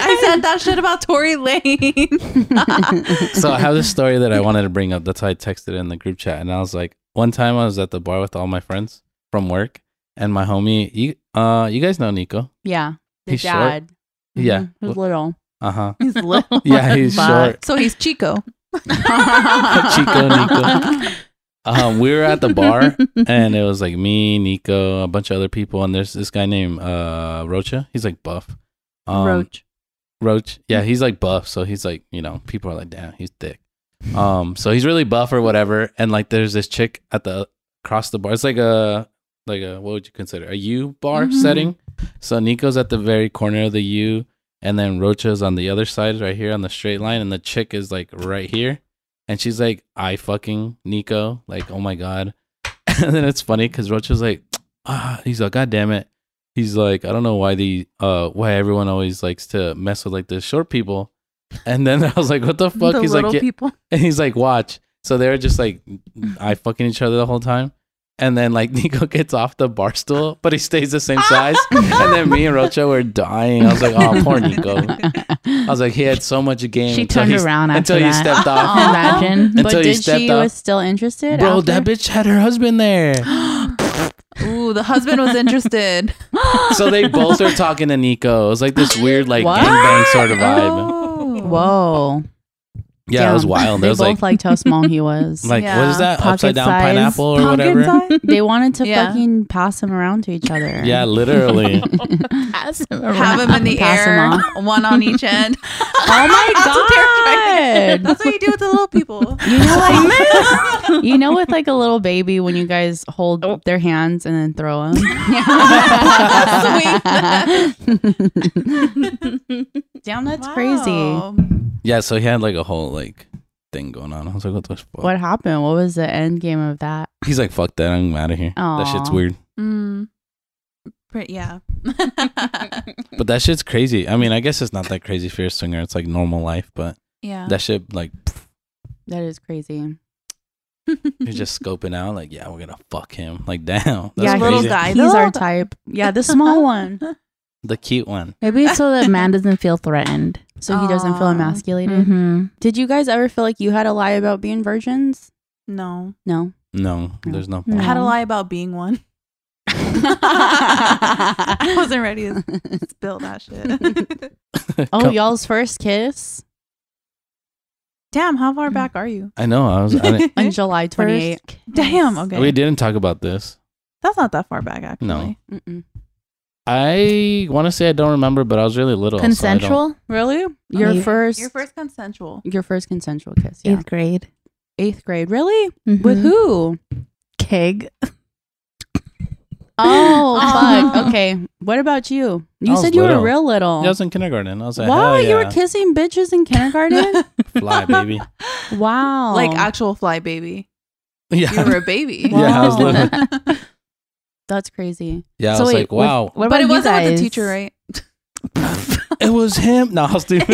C: shit. I said that shit about Tory Lane.
D: so I have this story that I wanted to bring up. That's how I texted it in the group chat, and I was like, one time I was at the bar with all my friends from work, and my homie, you, uh, you guys know Nico,
B: yeah. The
D: He's short?
B: dad.
D: Yeah.
B: Mhm, Who's little.
D: uh huh,
C: He's little.
D: yeah, he's short.
C: So he's Chico.
D: Chico, Nico. Um, we were at the bar, and it was like me, Nico, a bunch of other people, and there's this guy named uh Rocha. He's like buff. Um,
B: Roach.
D: Roach. Yeah, he's like buff, so he's like you know people are like, damn, he's thick. Um, so he's really buff or whatever, and like there's this chick at the across the bar. It's like a like a what would you consider a U bar
C: Mhm.
D: setting. So Nico's at the very corner of the U, and then Rocha's on the other side right here on the straight line, and the chick is like right here, and she's like, I fucking Nico, like oh my god. And then it's funny because Rocha's like, ah, he's like, God damn it. He's like, I don't know why the uh why everyone always likes to mess with like the short people. And then I was like, what the fuck?
C: the
D: he's
C: little
D: like, "Yeah."
C: people.
D: and he's like, watch. So they were just like, I fucking each other the whole time. And then like Nico gets off the bar stool, but he stays the same size. and then me and Rocha were dying. I was like, oh, poor Nico. I was like, he had so much game.
A: she
D: until
A: turned
D: he-
A: around after
D: until you
A: that.
D: stepped off.
B: Oh,
A: Imagine.
D: Until
B: but
D: you
B: did
D: stepped
B: she
D: up.
B: was still interested?
D: Bro,
B: after?
D: that bitch had her husband there.
C: Ooh, the husband was interested.
D: so they both are talking to Nico. It was like this weird, like
B: What?
D: gangbang sort of vibe.
C: Oh.
B: Whoa.
D: Yeah, it was
B: Damn.
D: wild.
B: They
D: There Oh, was
B: both
D: like, like,
B: liked how small he was.
D: what is
C: Yeah.
D: that? Upside down
A: Pocket-sized
D: pineapple or
C: Pumpkin
D: whatever.
C: size?
B: they wanted to
C: Yeah.
B: fucking pass him around to each other.
D: Yeah, literally.
C: Have him in the
B: Pass 'em
C: air, one on each end.
B: Oh my
C: That's
B: god!
C: That's what you do with the little people.
B: You know, like you know, with like a little baby, when you guys hold
A: Oh.
B: their hands and then throw them. Damn, that's crazy.
C: Wow.
D: yeah, so he had like a whole like thing going on. I was like, what the fuck?
B: What happened? What was the end game of that?
D: He's like, fuck that. I'm out of here. That shit's
B: Aw.
D: weird.
C: Mm. Pretty, yeah.
D: But that shit's crazy. I mean, I guess it's not that crazy for a swinger. It's like normal life, but
C: yeah.
D: that shit like pff,
B: That is crazy.
D: you're just scoping out. Like, yeah, we're gonna fuck him. Like, damn, that's
B: Yeah,
D: crazy.
C: little
B: he's-
C: guy.
B: He's our type. Yeah, the small one.
D: the cute one.
A: Maybe it's so that man doesn't feel threatened.
B: So he doesn't feel
C: Aw.
B: emasculated.
A: Mm-hmm.
B: Did you guys ever feel like you had to lie about being virgins?
C: No.
B: No.
D: No, there's no
A: No.
C: I
D: point.
C: had a lie about being one. I wasn't ready to spill that shit.
B: Oh,
D: Come-
B: y'all's first kiss
C: Damn, how far back are you?
D: I know. I was. I didn't,
B: on July 28th.
C: Damn, okay.
D: We didn't talk about this.
C: That's not that far back, actually.
D: No.
B: Mm-mm.
D: I want to say I don't remember, but I was really little. so I don't-
A: Consensual?
B: Really? Oh, Your
A: yeah.
B: first
C: Your first consensual.
B: your first consensual kiss. Yeah.
A: Eighth grade.
B: Eighth grade. Really?
A: Mhm.
B: With who?
A: Keg.
B: Oh,
C: Oh.
B: fuck. Okay. What about you?
D: I
B: You
D: was
B: said you
D: little.
B: were real little.
D: Yeah, I was in kindergarten. I was like,
B: wow,
D: hell
B: you were
D: yeah.
B: kissing bitches in kindergarten?
A: Mm-hmm.
D: fly, baby.
B: wow.
C: Like actual fly baby. You
D: Yeah,
C: were a baby.
D: Yeah, I was
B: Wow.
D: little.
B: That's crazy.
D: yeah. I
A: So
D: was
A: wait,
D: like, wow,
A: What
C: but
A: about
C: it
A: you
C: wasn't with
A: guys?
C: the teacher, right?
D: it was him. No, I was stupid.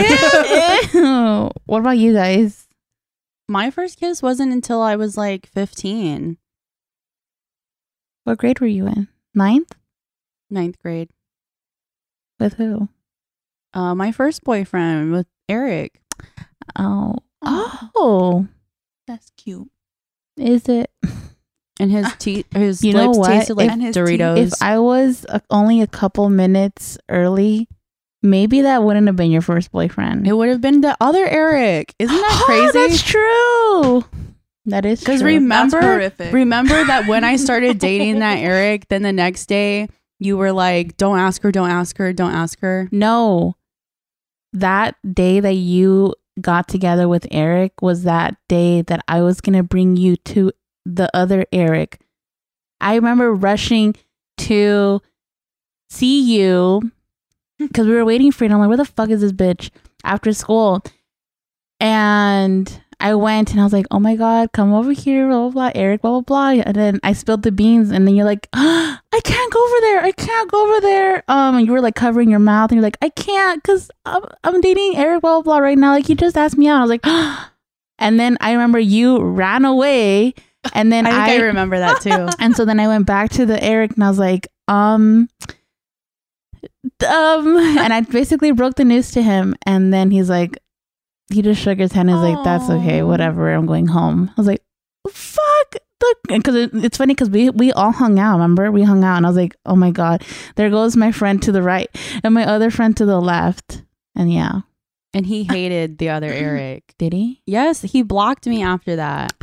A: Ew. What about you guys?
B: My first kiss wasn't until I was like 15,
A: What grade were you in? Ninth?
B: ninth grade.
A: With who?
B: Uh, my first boyfriend with Eric.
A: Oh. Oh.
C: That's cute.
A: Is it?
B: And his teeth, his
A: Ah, You know
B: lips
A: what?
B: tasted like
C: And his teeth-
B: Doritos.
A: If I was a, only a couple minutes early, maybe that wouldn't have been your first boyfriend.
B: it would have been the other Eric. Isn't that
A: Oh, that's
B: crazy?
A: true. That is
B: Because
A: true.
B: remember,
C: That's horrific.
B: remember that when I started dating that Eric, then the next day you were like, "Don't ask her, don't ask her, don't ask her."
A: no, that day that you got together with Eric was that day that I was gonna bring you to the other Eric. I remember rushing to see you because we were waiting for you. And I'm like, where the fuck is this bitch after school? And I went and I was like, oh my God, come over here, blah, blah, blah, Eric, blah, blah, blah. And then I spilled the beans. And then you're like, "Ah, I can't go over there. I can't go over there. Um, and you were like covering your mouth and you're like, I can't because I'm, I'm dating Eric, blah, blah, blah, right now. Like, you just asked me out. I was like, "Ah." and then I remember you ran away. And then
B: I think I,
A: I
B: remember that too.
A: and so then I went back to the Eric and I was like, um, um, and I basically broke the news to him. And then he's like, he just shook his hand. He's like, that's okay,
C: Aw.
A: whatever. I'm going home. I was like, fuck. Because it, it's funny because we, we all hung out, remember? We hung out and I was like, oh my God, there goes my friend to the right and my other friend to the left. And yeah,
B: And he hated the other Eric.
A: did he?
B: Yes, he blocked me after that.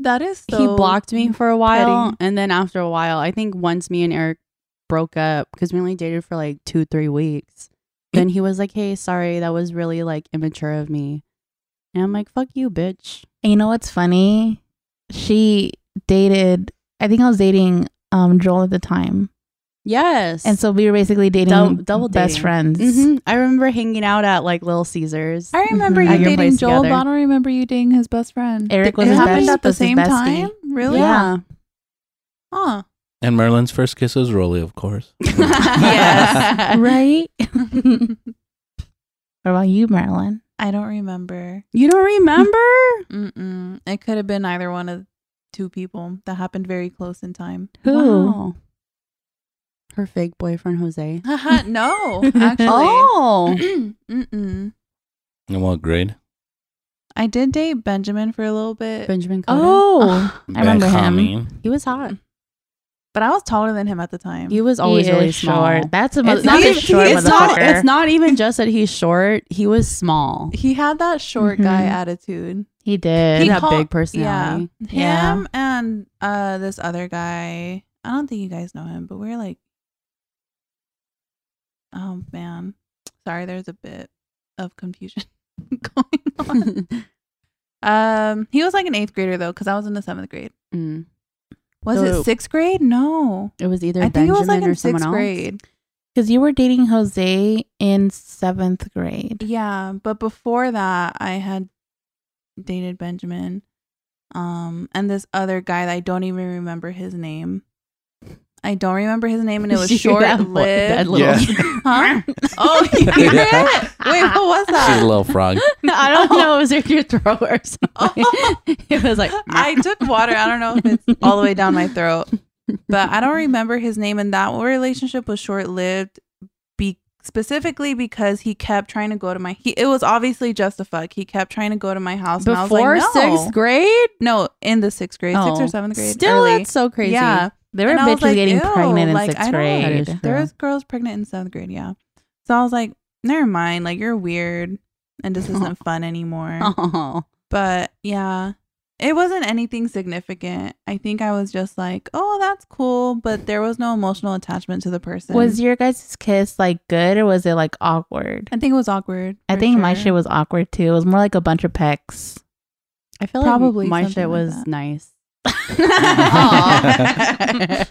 C: that is so
B: he blocked me for a while,
C: petty.
B: and then after a while, I think once me and Eric broke up because we only dated for like two, three weeks. Then he was like, "Hey, sorry, that was really like immature of me," and I'm like, "Fuck you, bitch."
A: And you know what's funny? She dated, I think I was dating um, Joel at the time.
B: Yes,
A: And so we were basically dating
B: Dou- double
A: best
B: dating.
A: friends.
B: hmm I remember hanging out at like Little Caesars.
C: I remember
A: Mhm.
C: you
A: At your
C: dating
B: place
C: Joel,
B: together.
C: but I don't remember you dating his best friend.
A: Eric was
C: it
A: his
C: happened
A: best-
C: at the
A: was his
C: same
A: bestie.
C: time? Really?
B: Yeah.
C: Huh.
D: and Merlin's first kiss was Rolly, of course.
B: yes.
A: Right? what about you, Marilyn?
C: I don't remember.
B: You don't remember?
C: Mm-mm. It could have been either one of two people that happened very close in time.
A: Who?
B: Wow. Her fake boyfriend Jose.
C: no, actually.
B: Oh.
C: Mm-mm.
D: In what grade?
C: I did date Benjamin for a little bit.
B: Benjamin Cotto.
A: Oh, I remember him.
D: Benjamin.
B: He was hot.
C: But I was taller than him at the time.
B: Mm-hmm. He was always
A: He
B: really
A: is
B: small.
A: short. That's a mother-
B: It's not
A: that's a
B: even-
A: short
B: it's not,
A: motherfucker.
B: it's not even just that he's short. He was small.
C: he had that short guy
A: Mhm.
B: Mm-hmm.
C: attitude.
A: he did.
B: He
C: He
B: had
C: called-
B: big personality.
C: Him
A: Yeah.
C: and uh this other guy. I don't think you guys know him, but we are like Oh man. Sorry, there's a bit of confusion going on. Um, he was like an eighth grader though, because I was in the seventh grade.
B: Mm.
C: Was
B: So-
C: it sixth grade? No,
B: It was either
C: I think
B: Benjamin
C: it was like
B: or
C: in
B: someone
C: sixth
B: else.
C: grade.
A: Because you were dating Jose in seventh grade.
C: Yeah, but before that, I had dated Benjamin, um, and this other guy that I don't even remember his name. I don't remember his name, and it was
B: You hear
C: short
B: that vo- that
C: lived.
B: little-
C: Huh? oh, you hear it? Wait, what was
D: She's a
C: that?
D: little frog.
B: I don't know. It was in your throat or something.
C: Oh.
B: it was like
C: I took water. I don't know if it's all the way down my throat. but I don't remember his name. And that relationship was short lived, be- specifically because he kept trying to go to my. He, it was obviously just a fuck. He kept trying to go to my house. and I was
B: before
C: like, no.
B: sixth grade.
C: No, in the sixth grade, sixth
B: Oh.
C: or seventh grade.
B: Still,
C: early.
B: that's so crazy.
C: Yeah,
A: They were
C: And I was
A: bitches
C: like,
A: getting
C: ew,
A: pregnant in
C: like, I
A: sixth
C: don't-
B: That
A: grade.
B: is
C: there
B: Yeah.
C: was girls pregnant in seventh grade. Yeah, so I was like, never mind. Like you're weird, and this isn't fun anymore.
B: Oh.
C: But yeah, it wasn't anything significant. I think I was just like, oh, that's cool. But there was no emotional attachment to the person.
A: Was your guys' kiss like good or was it like awkward?
C: I think it was awkward.
A: I
C: for
A: think my
C: sure.
A: shit was awkward too. It was more like a bunch of pecks.
B: I feel
C: Probably
B: like my
C: something
B: shit
C: like
B: was
C: that.
B: nice. I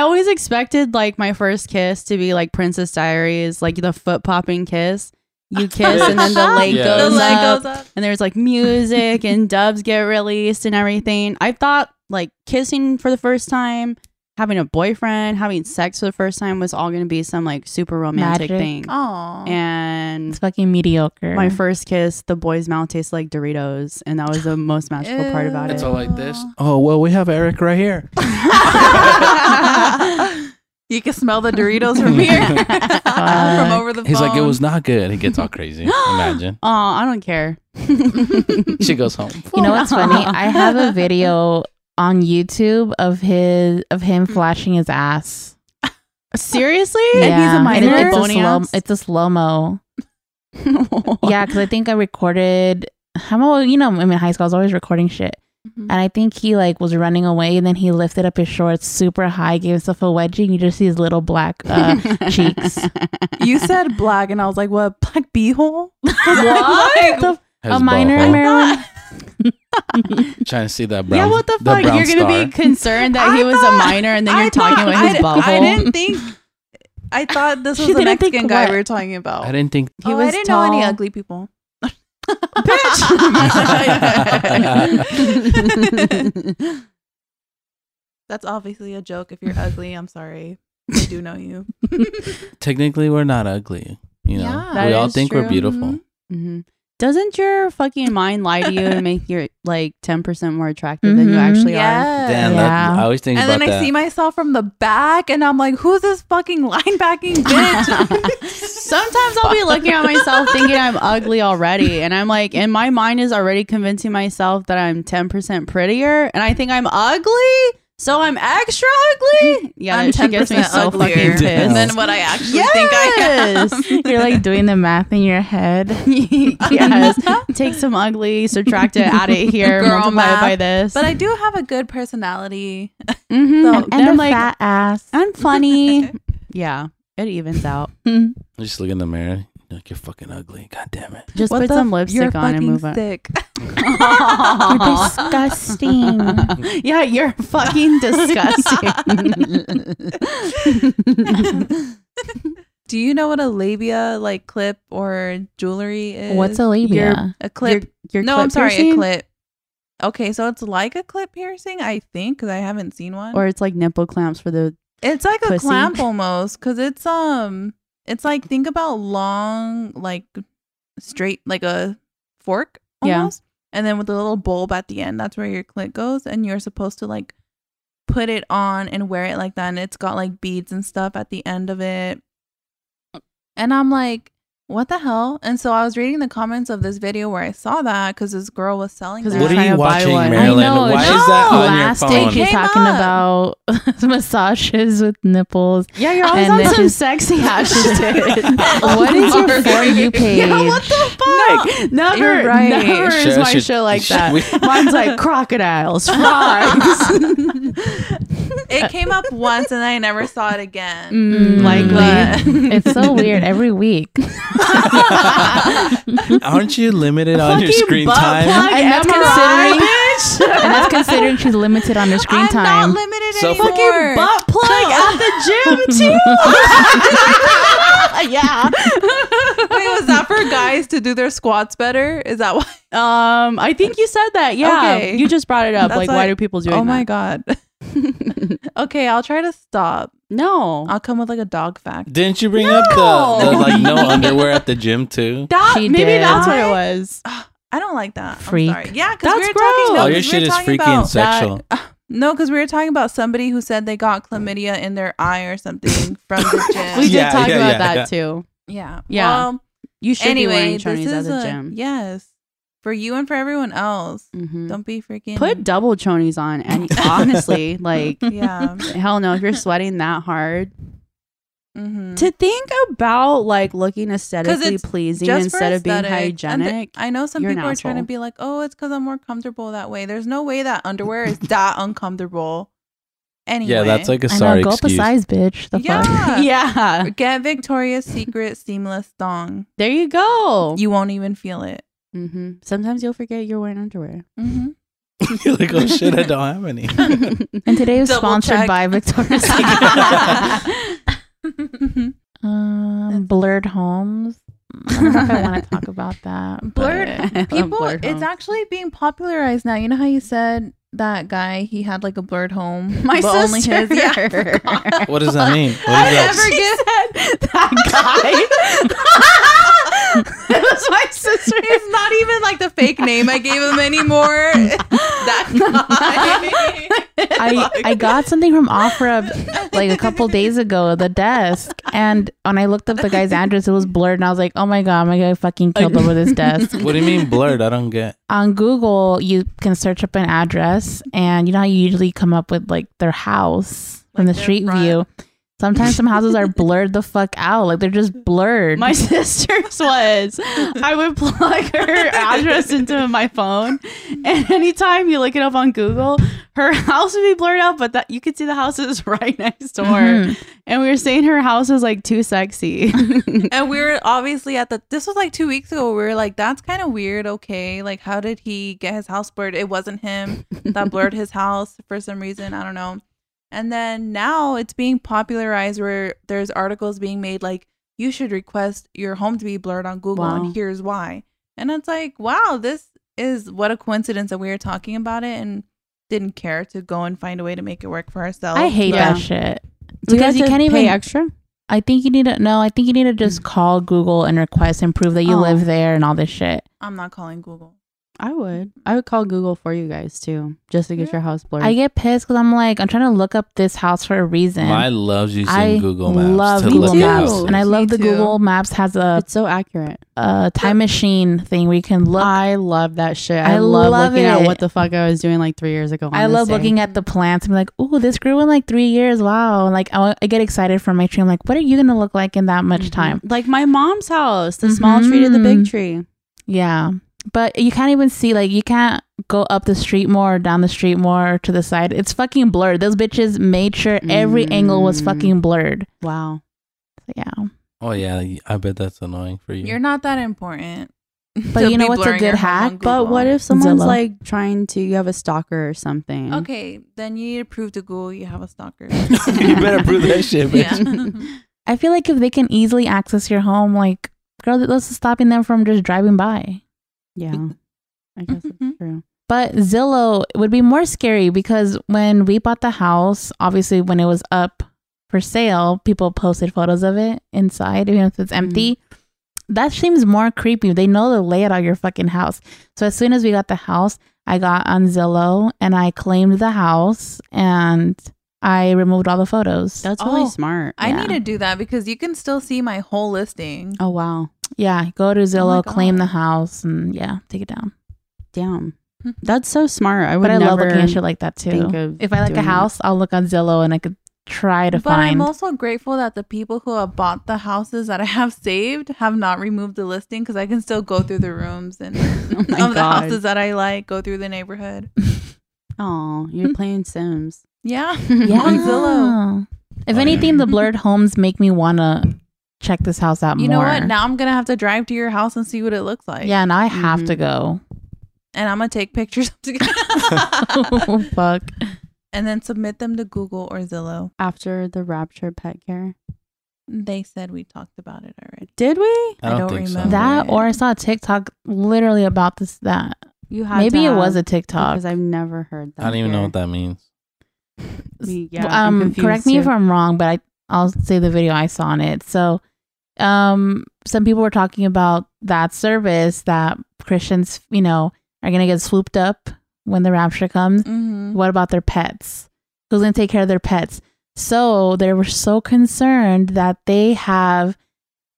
B: always expected like my first kiss to be like Princess Diaries, like the foot popping kiss. You kiss and then the leg
D: Yeah.
B: goes
C: the leg
B: up,
C: goes up.
B: and there's like music and dubs get released and everything. I thought like kissing for the first time, having a boyfriend, having sex for the first time was all going to be some like super romantic
A: Magic.
B: thing.
C: Oh,
A: It's
B: And
A: fucking mediocre.
B: my first kiss, the boy's mouth tasted like Doritos, and that was the most magical part about
D: It's
B: it.
D: all like this. Oh well, we have Eric right here.
C: you can smell the Doritos from here, from over the phone.
D: He's like, it was not good. He gets all crazy. Imagine.
B: Oh, I don't care.
D: She goes home.
A: You know what's funny? I have a video on YouTube of his of
B: Mm.
A: him flashing his ass.
B: Seriously?
A: and
B: minor?
A: it's,
B: Bony
A: a slow,
B: ass?
A: it's a slow mo. yeah, because I think I recorded. I'm all you know. I'm in high school. I was always recording shit,
C: Mhm.
A: and I think he like was running away, and then he lifted up his shorts super high, gave himself a wedgie, and you just see his little black uh, cheeks.
C: you said black, and I was like, what? Black beehole?
A: What the
D: Has
A: a minor in
D: butthole.
A: Maryland?
D: Trying to see that brown.
B: yeah, what the
D: that
B: fuck?
D: brown
B: You're going
D: star.
B: to be concerned that he
C: I
B: was
C: thought-
B: a minor and then
C: I
B: you're talking
C: thought-
B: about his
C: I,
B: butthole.
C: I didn't think. I thought this was
A: She
C: the
A: didn't think
C: Mexican guy
A: what?
C: we were talking about.
D: I didn't think.
B: He
C: oh,
B: was
C: I didn't know any
B: tall.
C: ugly people.
B: Bitch.
C: That's obviously a joke. If you're ugly, I'm sorry. I do know you.
D: Technically, we're not ugly. You know,
C: Yeah. That
D: we all
B: is
D: think
B: true.
D: we're beautiful.
C: Mhm.
B: Mhm. Doesn't your fucking mind lie to you and make you like 10% more attractive than you
A: Mhm.
B: actually are?
C: Mm-hmm. Yeah.
D: Damn, that,
A: Yeah.
D: I always think
C: and
D: about
C: then I
D: that.
C: see myself from the back, and I'm like, "Who's this fucking linebacking bitch?"
B: Sometimes I'll be looking at myself thinking I'm ugly already. And I'm like, and my mind is already convincing myself that I'm 10% prettier. And I think I'm ugly. So I'm extra ugly. Yeah,
C: I'm
B: that shit
C: ten
B: gets me
C: percent
B: so fucking
C: uglier
B: pissed.
D: Damn.
C: than what I actually
B: Yes.
C: think I
A: You're like doing the math in your head.
B: yes. Take some ugly, subtract it, add it here,
C: Girl
B: multiply
C: math.
B: it by this.
C: but I do have a good personality.
B: Mhm.
C: So-
B: and
A: And a
B: I'm like,
A: fat ass.
B: I'm funny. yeah, it evens out.
D: I just look in the mirror. You're like you're fucking ugly. God damn it.
B: Just
C: What
B: put
C: the
B: some
C: f- you're
B: lipstick on and
C: fucking
B: move on.
C: thick.
A: You're disgusting.
B: yeah, you're fucking disgusting.
C: Do you know what a labia like clip or jewelry is?
A: What's a labia?
C: a clip?
B: Your
C: no,
B: clip
C: I'm sorry,
B: piercing?
C: a clip. Okay, so it's like a clip piercing, I think, because I haven't seen one.
B: Or it's like nipple clamps for the.
C: it's like a
B: pussy.
C: clamp almost, because it's um, it's like think about long, like straight, like a fork
B: Yeah.
C: almost, and then with a little bulb at the end. That's where your clit goes, and you're supposed to like put it on and wear it like that, and it's got like beads and stuff at the end of it. And I'm like, what the hell? And so I was reading the comments of this video where I saw that because this girl was selling
A: 'Cause
C: them.
A: What
D: What
A: are trying
D: are
A: you
D: you
A: to buy watching,
D: watching,
A: one. I
D: Marilyn?
A: know,
D: Why
C: no.
D: is that on your
A: Last day
D: phone?
A: she's
C: Came
A: talking
C: up.
A: about massages with nipples.
B: Yeah, you're always
A: And
B: on
A: then
B: some
A: just-
B: sexy hashtag.
A: What is your for you page?
B: Yeah, what the fuck? never,
C: you're right.
B: never
D: Sure,
B: is
D: I
B: my
D: should-
B: shit like that.
D: we-
B: Mine's like crocodiles, frogs,
C: It came up once and I never saw it again.
A: Mm,
B: like
C: But-
A: it's so weird every week.
D: Aren't you limited on your screen time?
A: And that's
B: MRI,
A: considering-
B: bitch.
A: And that's considering she's limited on her screen
C: I'm
A: time.
C: not limited
D: So-
C: anymore.
B: Fucking butt plug at the gym too. yeah.
C: Wait, was that for guys to do their squats better? Is that why?
B: Um, I think you said that. Yeah,
C: Okay.
B: you just brought it up.
C: That's
B: like, why
C: why-
B: do people do?
C: oh my god. okay, I'll try to stop.
B: No,
C: I'll come with like a dog fact.
D: Didn't you bring up the, the
B: No.
D: like no underwear at the gym too?
B: that
A: She
B: maybe
A: did.
B: that's what it was.
C: I don't like that.
A: Freak.
C: I'm sorry. Yeah, because we
B: That's
C: were talking.
B: gross.
C: No, 'cause
D: All Oh, your
C: we
D: shit
C: were
D: is
C: talking
D: freaky
C: about
D: and sexual.
C: No, because we were talking about somebody who said they got chlamydia in their eye or something from the gym.
B: We did
D: Yeah,
B: talk
D: yeah,
B: about
D: yeah,
B: that
D: yeah.
B: too.
C: yeah,
B: Yeah.
C: Well,
B: You should be
C: anyway,
B: wearing
C: this
B: chonies
C: is
B: at the
C: a
B: gym.
C: yes for you and for everyone else.
B: Mhm.
C: Don't be freaking
B: Put double chonies on, and honestly, like
C: Yeah.
B: hell no, if you're sweating that hard,
C: Mm-hmm. Mhm.
B: to think about like looking aesthetically
C: it's
B: pleasing
C: Just for
B: instead of being
C: aesthetics. And th-
B: hygienic.
C: I know some
B: you're an
C: people are trying to
B: asshole.
C: be like, "Oh, it's because I'm more comfortable that way." There's no way that underwear is that uncomfortable. Anyway,
D: Yeah, that's like a
A: I
D: sorry
A: know, go up a
D: excuse.
A: size, bitch. The fuck?
C: yeah.
B: yeah,
C: Get Victoria's Secret seamless thong.
B: there you go.
C: You won't even feel it.
B: hmm Sometimes you'll forget you're wearing underwear.
C: Mm-hmm.
D: You're like, oh shit, I don't have any.
A: And today is
C: Double
A: sponsored
C: check.
A: by Victoria's Secret.
C: Mm-hmm.
A: um, blurred homes. I don't know if I want to talk about that. but-
C: Blurred people,
B: Blurred
C: it's
B: home.
C: actually being popularized now. You know how you said that guy he had like a blurred home.
B: My
C: but only
B: sister.
C: his- Yeah, I forgot.
D: What does that mean? What is
C: I
D: that?
C: never get
B: that guy. it was my sister.
C: It's not even like the fake name I gave him anymore. that guy.
A: I, I got something from OfferUp like a couple days ago, the desk. And when I looked up the guy's address, it was blurred. And I was like, oh my God, my guy fucking killed over this desk.
D: What do you mean blurred? I don't get.
A: On Google, you can search up an address. And you know how you usually come up with like their house from
C: Like
A: the
C: their
A: street
C: front.
A: view? Sometimes some houses are blurred the fuck out. Like they're just blurred.
B: My sister's was. I would plug her address into my phone, and anytime you look it up on Google, her house would be blurred out, but that you could see the houses right next door.
A: Mhm.
B: And we were saying her house was like too sexy.
C: and we were obviously at the. This was like two weeks ago. We were like, "That's kind of weird." Okay, like how did he get his house blurred? It wasn't him that blurred his house for some reason. I don't know. And then now it's being popularized where there's articles being made like you should request your home to be blurred on Google,
B: Wow.
C: and here's why. And it's like, wow, this is what a coincidence that we were talking about it and didn't care to go and find a way to make it work for ourselves.
A: I hate
B: Oh, Yeah.
A: that shit. Because you can't even
B: extra.
A: I think you need to no, I think you need to just call Google and request and prove that you
B: Mm. Oh.
A: live there and all this shit.
C: I'm not calling Google.
B: I would. I would call Google for you guys too, just to get
C: Yeah.
B: your house blurred.
A: I get pissed because I'm like, I'm trying to look up this house for a reason.
D: Mine loves using
A: I
D: Google Maps.
A: love
D: to
A: Google
D: look at
A: Maps,
D: houses.
A: and I
C: Me
A: love the
C: too.
A: Google Maps has a,
B: it's so accurate.
A: a time machine thing where you can look. I,
B: I love that shit.
A: I
B: I, love,
A: love
B: looking at
A: it.
B: what the fuck I was doing like three years ago. on this
A: love
B: day.
A: looking at the plants and be like, "Ooh, this grew in like three years. Wow!" And like I, I get excited for my tree. I'm like, "What are you gonna look like in that much
B: Mm-hmm.
A: time?"
B: Like my mom's house, the small tree to the
A: Mhm.
B: big tree.
A: Yeah. But you can't even see, like, you can't go up the street more, or down the street more, or to the side. It's fucking blurred. Those bitches made sure every angle was
B: Mm.
A: fucking blurred.
B: Wow.
A: So, yeah.
D: Oh yeah, I bet that's annoying for you.
C: You're not that important.
A: But
C: to
A: you know
C: be
A: what's a
C: blurring
A: good
C: your home on
A: hack?
B: But
C: Google.
B: what if someone's
A: Zillow.
B: like trying to, you have a stalker or something?
C: Okay, then you need to prove to Google you have a stalker.
D: you better prove that shit, bitch.
C: yeah.
A: I feel like if they can easily access your home, like, girl, that's stopping them from just driving by.
B: Yeah. I guess
A: Mm-hmm.
B: that's true.
A: But Zillow would be more scary because when we bought the house, obviously, when it was up for sale, people posted photos of it inside, even if it's
B: Mm-hmm.
A: empty. That seems more creepy. They know the layout of your fucking house. So as soon as we got the house, I got on Zillow and I claimed the house and I removed all the photos.
B: That's really
C: Oh,
B: smart.
C: I
A: Yeah.
C: need to do that because you can still see my whole listing.
B: Oh, wow.
A: Yeah, go to Zillow,
B: God.
A: claim the house, and yeah, take it down.
B: Damn.
C: Hmm.
B: That's so smart. I would
A: But I
B: never
A: love looking at shit like that too.
B: think of
A: If I like a
B: doing that.
A: house, I'll look on Zillow and I could try to
C: But I'm
A: find.
C: also grateful that the people who have bought the houses that I have saved have not removed the listing because I can still go through the rooms and
B: Oh my
C: of the
B: God.
C: houses that I like, go through the neighborhood.
B: Oh,
A: Hmm.
B: you're playing Sims.
C: Yeah.
A: yeah.
C: on Zillow.
A: If
D: Oh, yeah.
A: anything, the blurred homes make me wanna check this house out
C: You
A: more.
C: know what? Now I'm gonna have to drive to your house and see what it looks like.
A: yeah, now I have to go.
C: And I'm gonna take pictures of
A: oh,
C: the-
A: fuck.
C: and then submit them to Google or Zillow.
B: After the Rapture pet care.
C: They said we talked about it already.
B: Did we?
D: I don't, think so.
A: That
C: Okay.
A: or I saw a TikTok literally about this that
C: You have
A: maybe it was a
B: Because
A: TikTok.
B: I've never heard that.
D: I don't even know what that means.
B: We- yeah, I'm
A: um
B: confused
A: correct me if
B: too.
A: I'm wrong, but I I'll say the video I saw on it. So um some people were talking about that service that Christians, you know, are gonna get swooped up when the rapture comes.
C: hmm
A: Mm-hmm. What about their pets? Who's going to take care of their pets? So they were so concerned that they have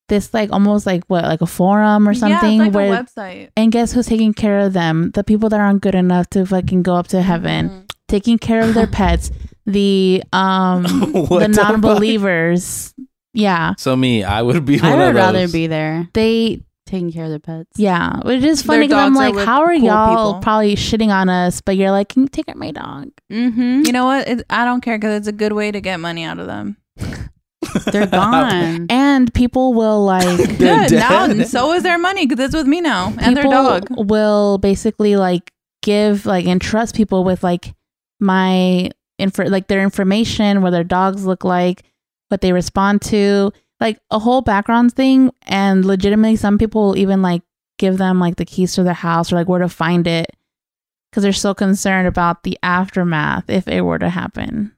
A: this like almost like what like a forum or something
C: Yeah, it's like
A: where
C: a website.
A: and guess who's taking care of them? The people that aren't good enough to fucking go up to heaven,
C: Mhm.
A: taking care of their pets, the um
D: What
A: the
D: the fuck?
A: non-believers. Yeah.
D: So me, I would be one
B: I
D: of
B: would
D: those.
B: rather be there
A: They
B: taking care of the pets.
A: yeah, which is funny because I'm
C: dogs are
A: like,
C: with
A: how are
C: cool
A: y'all
C: people.
A: probably shitting on us? But you're like, can you take care of my dog?
B: Mm-hmm.
C: You know what? It, I don't care because it's a good way to get money out of them.
B: They're
C: Mm-hmm.
B: gone.
A: And people will like
D: They're
C: Good. Now,
D: dead.
C: so is their money because it's with me now and their
A: people
C: dog.
A: will basically like give like and trust people with like my info like their information what their dogs look like what they respond to like a whole background thing and legitimately some people will even like give them like the keys to their house or like where to find it because they're so concerned about the aftermath if it were to happen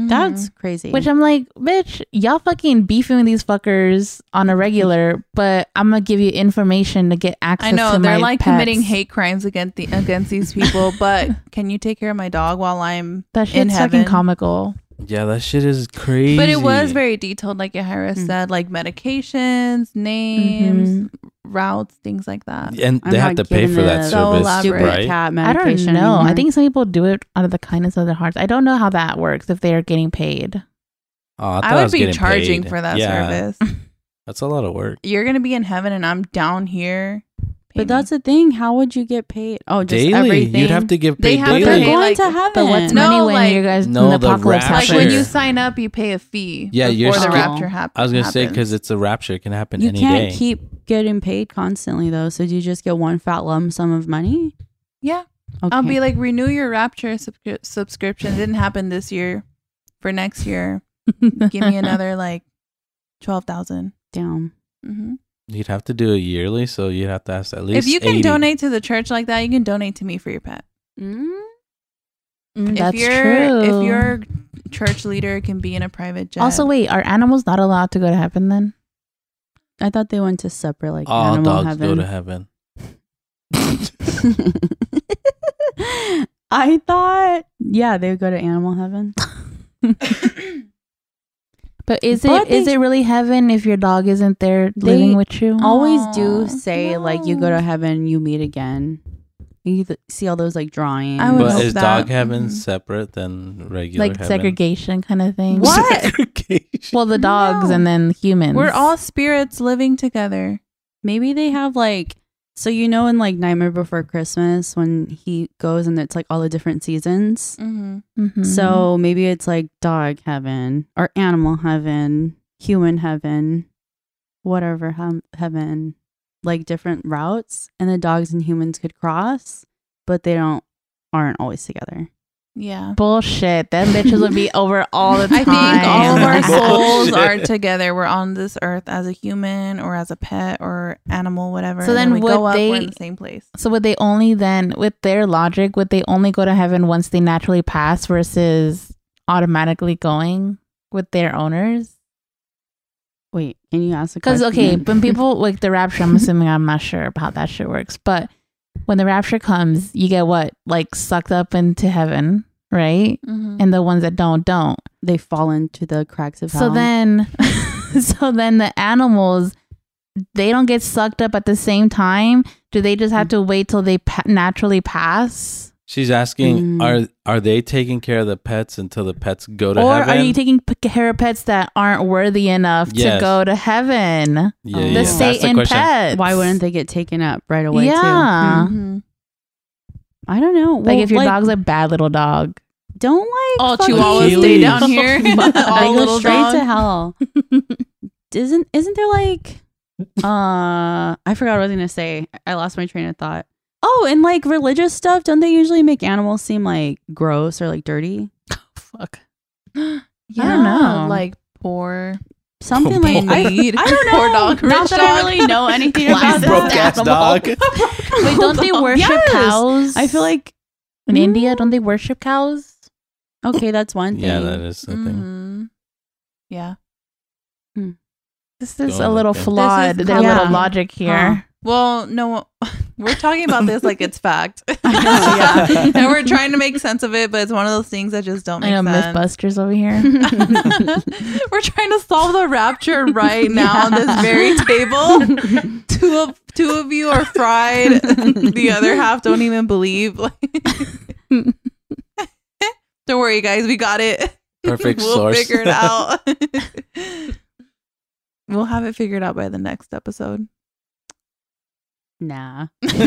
B: That's crazy.
A: which i'm like bitch y'all fucking beefing with these fuckers on a regular but i'm gonna give you information to get access
C: Mm-hmm. I know
A: to
C: they're
A: my
C: like
A: pets.
C: committing hate crimes against the, against these people, but can you take care of my dog while I'm?
A: That
C: in
A: shit's fucking
C: heaven.
A: comical.
D: Yeah, that shit is crazy.
C: But it was very detailed, like Yahira
B: Mm. Mm-hmm.
C: said, like medications, names, routes, things like that.
D: and
B: I'm
D: they have
B: not
D: to pay
B: giving
D: for that
B: the-
C: So
D: service,
C: elaborate.
B: stupid
D: right?
B: cat
A: I don't
B: medication.
A: know. I
B: anymore.
A: think some people do it out of the kindness of their hearts. I don't know how that works if they are getting paid.
D: Oh, I, thought
C: I
D: I
C: would
D: was
C: be
D: getting
C: charging
D: paid.
C: for that
D: Yeah,
C: service.
D: That's a lot of work.
C: You're gonna be in heaven and I'm down here. Pay me.
B: But that's the thing. How would you get paid? Oh, just
D: daily,
B: everything.
D: you'd have to give
C: They
D: paid
C: have to
B: But
D: daily.
B: they're
C: pay,
B: going
C: like-
B: to heaven.
A: But what's
C: No,
A: money when
C: like-
A: you guys
D: No,
A: when the
D: the
A: apocalypse
D: rapture.
C: like
A: happens?
C: when
D: Sure.
C: you sign up, you pay a fee.
D: Yeah, you're
C: before the
D: skip-
C: rapture happens.
D: I was gonna say
C: happens.
D: because it's a rapture, it can happen
B: you
D: any
B: can't
D: day.
B: keep getting paid constantly though. So do you just get one fat lump sum of money?
C: yeah,
B: Okay.
C: I'll be like renew your rapture subscri- subscription. Didn't happen this year. For next year, give me another like twelve thousand.
B: damn.
C: Mm-hmm.
D: you'd have to do it yearly, so you'd have to ask at
C: If
D: least.
C: you can
D: 80.
C: donate to the church like that, you can donate to me for your pet.
B: Mm?
A: Mm,
C: If
A: That's
C: your
A: true.
C: if your church leader can be in a private jet,
A: also wait, are animals not allowed to go to heaven then?
B: I thought they went to separate like
D: all
B: animal
D: dogs
B: heaven.
D: go to heaven.
B: I thought, yeah, they would go to animal heaven.
A: But is it is
B: But they-
A: it really heaven if your dog isn't there
B: They-
A: living with you?
B: Always
C: Aw,
B: do say like you go
C: no.
B: to heaven, you meet again. You th- see all those like drawings.
C: I would
D: But
C: hope
D: is
C: that-
D: dog heaven
C: mhm.
D: separate than regular
A: like
D: heaven?
A: segregation kind of thing.
B: What?
D: Segregation.
A: Well, the dogs
C: No.
A: and then humans.
C: we're all spirits living together.
B: Maybe they have like so you know in like Nightmare Before Christmas when he goes and it's like all the different seasons.
C: Mm-hmm.
A: Mhm.
B: So maybe it's like dog heaven or animal heaven, human heaven, whatever hem- heaven, like different routes, and the dogs and humans could cross, but they don't aren't always together.
C: Yeah.
A: bullshit. Them bitches would be over all the
C: I
A: time.
C: think all of our souls are
D: Bullshit.
C: together. We're on this earth as a human or as a pet or animal, whatever.
A: So
C: and
A: then
C: we
A: would
C: go up, we're
A: they-
C: in the same place.
A: So would they only then, with their logic, would they only go to heaven once they naturally pass versus automatically going with their owners?
B: Wait, can you ask a
A: Because
B: question?
A: okay, when people like the rapture, I'm assuming I'm not sure about how that shit works, but when the rapture comes, you get what like sucked up into heaven, right?
C: Mm-hmm.
A: And the ones that don't don't.
B: they fall into the cracks of hell.
A: So then, so then the animals they don't get sucked up at the same time? Do they just have to wait till they pa- naturally pass?
D: She's asking,
B: Mm.
D: are are they taking care of the pets until the pets go to
A: or
D: heaven?
A: are you taking p- care of pets that aren't worthy enough
D: Yes.
A: to go to heaven?
D: yeah,
B: the
D: yeah.
A: The
D: That's
A: Satan
D: question.
A: pets.
B: Why wouldn't they get taken up right away? too?
A: Yeah.
B: Mhm.
C: Mm-hmm.
B: I don't know.
A: Like
B: Well,
A: if your dog's a bad little dog.
B: don't like
C: All
B: fucking-
C: chihuahuas
D: Keeley.
C: stay down here.
B: they
C: All
B: go
C: little
B: straight
C: dogs.
B: to hell. Isn't isn't there like uh I forgot what I was gonna say. I lost my train of thought. Oh, and like religious stuff, don't they usually make animals seem like gross or like dirty?
A: Fuck.
C: yeah,
A: I don't know.
C: Like poor,
B: Something
D: Poor
B: like I,
C: need.
B: I don't know.
C: Poor dog, rich
B: Not that I
C: dog.
B: really know anything
A: Black
B: about
D: Black
A: Wow.
D: broke ass
A: Animal.
D: dog.
A: Wait, don't they worship
B: Yes.
A: cows? Mm.
B: I feel like
A: in India, don't they worship cows?
B: okay, that's one thing.
D: yeah, that is the thing.
C: Mhm. Yeah.
A: This is
D: Don't
A: a little
D: like them.
A: flawed.
C: This is
A: Their
B: Yeah.
A: little logic here.
C: Well, no, we're talking about this like it's fact.
A: Oh,
B: Yeah.
C: and we're trying to make sense of it, but it's one of those things that just don't
A: I
C: make
A: know
C: sense.
A: MythBusters over here.
C: we're trying to solve the rapture right now on this very table. Two of two of you are fried. the other half don't even believe. Like- don't worry, guys. We got it.
D: Perfect
C: we'll
D: source.
C: figure it out. we'll have it figured out by the next episode.
B: Nah.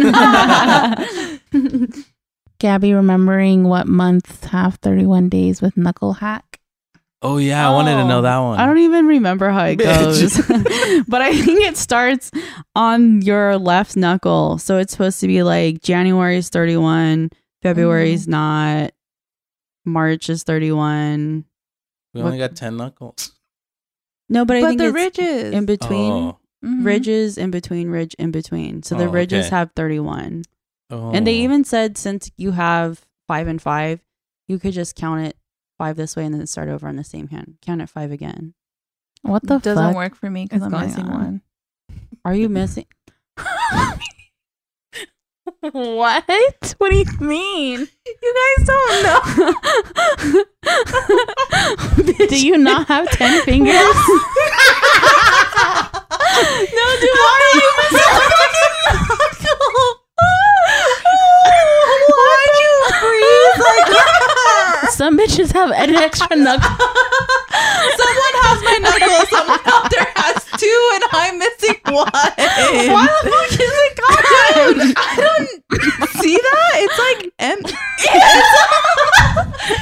A: Gabby remembering what months have 31 days with Knuckle Hack.
D: Oh yeah, I wanted to know
B: Oh,
D: that one.
B: I don't even remember how it goes. but I think it starts on your left knuckle. So it's supposed to be like January is 31, February is not, March is 31.
D: we only got ten knuckles.
B: No, but I
C: But
B: think
C: the
B: it's
C: ridges.
B: in between
D: Oh,
C: Mhm.
B: ridges, in between ridge, in between. So the
D: Oh,
B: ridges
D: okay.
B: have 31.
D: oh.
B: And they even said since you have five and five, you could just count it five this way and then start over on the same hand. Count it five again.
A: What the
C: doesn't
A: fuck?
C: work for me because
A: is
C: I'm
A: going
C: missing
A: on?
C: one.
B: Are you missing?
A: What? What do you mean?
C: You guys don't know.
A: Do you not have 10 fingers?
C: no, Dubai, you missed a fucking knuckle. Why'd you breathe like that?
A: Some bitches have an extra knuckle.
C: Someone has my knuckle. Someone out there has two, and I'm missing one. Why the fuck is it gone? I don't see that. It's like and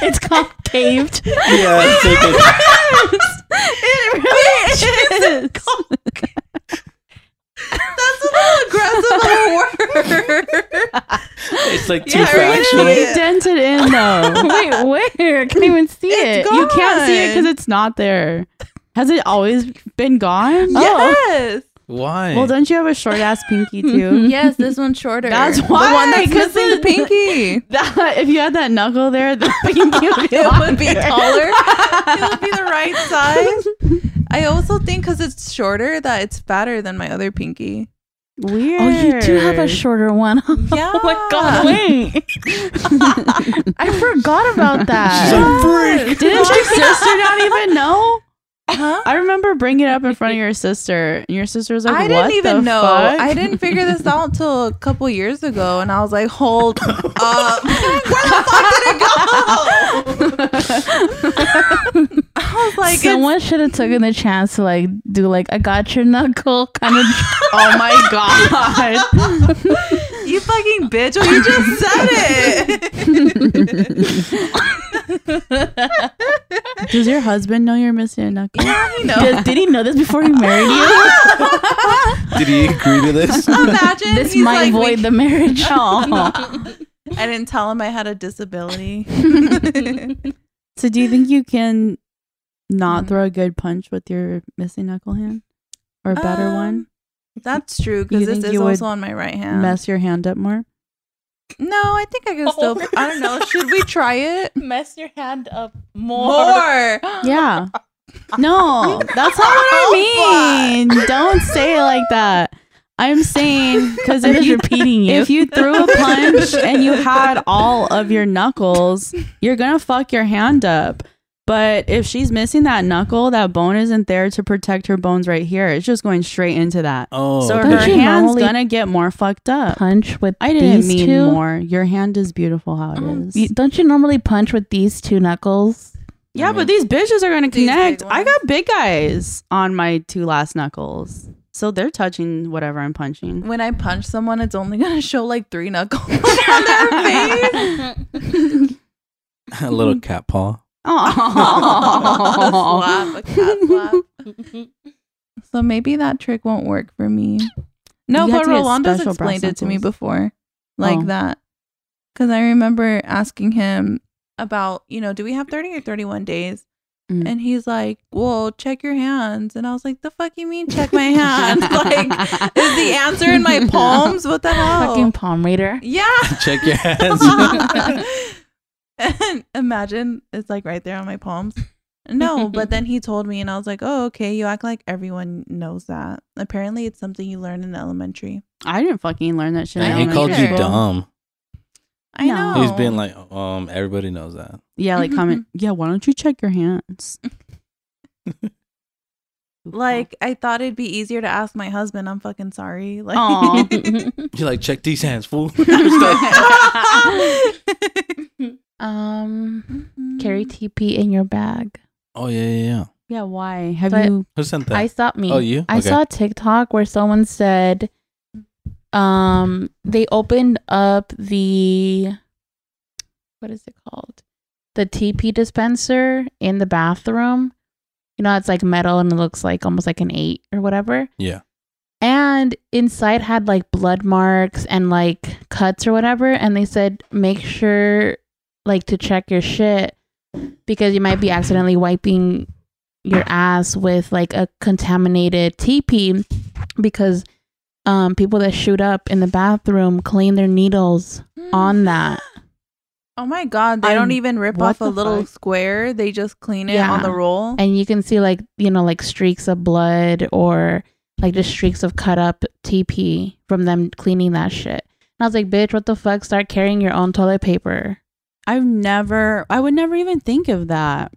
C: it's,
A: It's concaved.
D: yeah, it's taken-
C: it really is. That's a little aggressive of a word.
D: it's like too
C: Yeah, I really
D: fractional.
C: did.
B: It's dented in though.
A: Wait, where? I can't even see
C: It's
A: it.
C: gone.
B: You can't see it because it's not there. Has it always been gone?
C: Oh. Yes.
D: Why?
B: Well, don't you have a short ass pinky too?
C: Yes, this one's shorter.
B: That's
C: the
B: why,
C: one that's
B: 'cause
C: missing the
B: it-
C: pinky.
B: That, if you had that knuckle there, the pinky would be,
C: It
B: on
C: would be
B: there.
C: taller. it would be the right size. I also think because it's shorter that it's fatter than my other pinky.
B: Weird.
A: Oh, you do have a shorter one.
C: Yeah.
A: Oh my god, wait. I forgot about
D: She's
A: that.
D: a freak.
B: Didn't your sister not even know?
C: Huh?
B: I remember bringing it up in front of your sister, and your sister was like,
C: I
B: "What
C: didn't
B: the
C: even know.
B: fuck?"
C: I didn't figure this out till a couple years ago, and I was like, "Hold up, where the fuck did it go?" I was like, it's-
A: Someone should have taken the chance to like do like I got your knuckle kind of.
B: oh my god!
C: You fucking bitch. Well, you just said it.
B: Does your husband know you're missing a knuckle?
C: you know.
A: Did, did he know this before he married you?
D: Did he agree to this?
C: Imagine
A: This
C: he's like,
A: might void
C: we-
A: the marriage. Oh.
C: I didn't tell him I had a disability.
B: So, do you think you can
C: Mm.
B: not throw a good punch with your missing knuckle hand, or a better
C: Um,
B: one?
C: That's true
B: You
C: because this
B: think
C: is
B: you would
C: also on my right hand.
B: Mess your hand up more.
C: No, I think I can still. I don't know. Should we try it
A: Mess your hand up
C: more?
B: Yeah. No, that's not what I mean. Don't say it like that. I'm saying because
A: I'm
B: if
A: just
B: you
A: repeating you.
B: if you threw a punch and you had all of your knuckles, you're gonna fuck your hand up. But if she's missing that knuckle, that bone isn't there to protect her bones right here. It's just going straight into that.
D: Oh,
B: so
A: Don't
B: her
A: you
B: hand's
A: normally
B: gonna get more fucked up.
A: punch with
B: I didn't
A: these
B: mean
A: two?
B: more. Your hand is beautiful how
C: Um,
B: it is.
A: Oh, You- don't you normally punch with these two knuckles?
B: yeah,
D: I
B: but these bitches are gonna
C: These big
B: connect. I
C: ones.
B: got big guys on my two last knuckles. So they're touching whatever I'm punching.
C: When I punch someone, it's only gonna show like three knuckles on their face.
D: a little cat paw.
B: Oh,
C: Slap, a cat slap. So maybe that trick won't work for me. No,
B: You have
C: but
B: to get
C: Rolando's
B: special brass
C: explained it to me
B: knuckles.
C: before, like
B: Oh.
C: that. Because I remember asking him about, you know, do we have 30 or 31 days?
B: Mm.
C: And he's like, well, check your hands. And I was like, the fuck you mean check my hands? like, is the answer in my palms? What the hell?
A: Fucking palm reader.
C: yeah.
D: Check your hands.
C: and imagine it's like right there on my palms. No, but then he told me, and I was like, oh, okay, you act like everyone knows that. Apparently, it's something you learn in elementary.
B: I didn't fucking learn that shit. in
D: and he
C: know.
D: called you
B: elementary
C: Sure.
B: school.
D: dumb.
C: I
B: No.
C: know.
D: He's been like, um, everybody knows that.
B: Yeah, like comment.
C: Mm-hmm.
B: Yeah, why don't you check your hands?
C: like, I thought it'd be easier to ask my husband, I'm fucking sorry. Like,
B: Aw.
D: You're like, check these hands, fool.
A: um, carry
C: Mm-hmm.
A: TP in your bag.
D: oh yeah, yeah, yeah.
B: yeah, why have
A: But-
B: you?
D: Who sent that?
A: I saw me.
D: Oh, you?
A: I
D: Okay.
A: saw a TikTok where someone said, um, they opened up the, what is it called? The TP dispenser in the bathroom. You know, it's like metal and it looks like almost like an eight or whatever.
D: yeah.
A: And inside had like blood marks and like cuts or whatever. And they said, make sure like to check your shit because you might be accidentally wiping your ass with like a contaminated TP because um, people that shoot up in the bathroom clean their needles
C: Mm.
A: on that.
C: Oh my God, they
B: I'm-
C: don't even rip
B: what
C: off a
B: the
C: little
B: fuck?
C: square. They just clean it
A: Yeah.
C: on the roll.
A: And you can see like, you know, like streaks of blood or like just streaks of cut up TP from them cleaning that shit. And I was like, bitch, what the fuck? Start carrying your own toilet paper
B: I've never. I would never even think of that.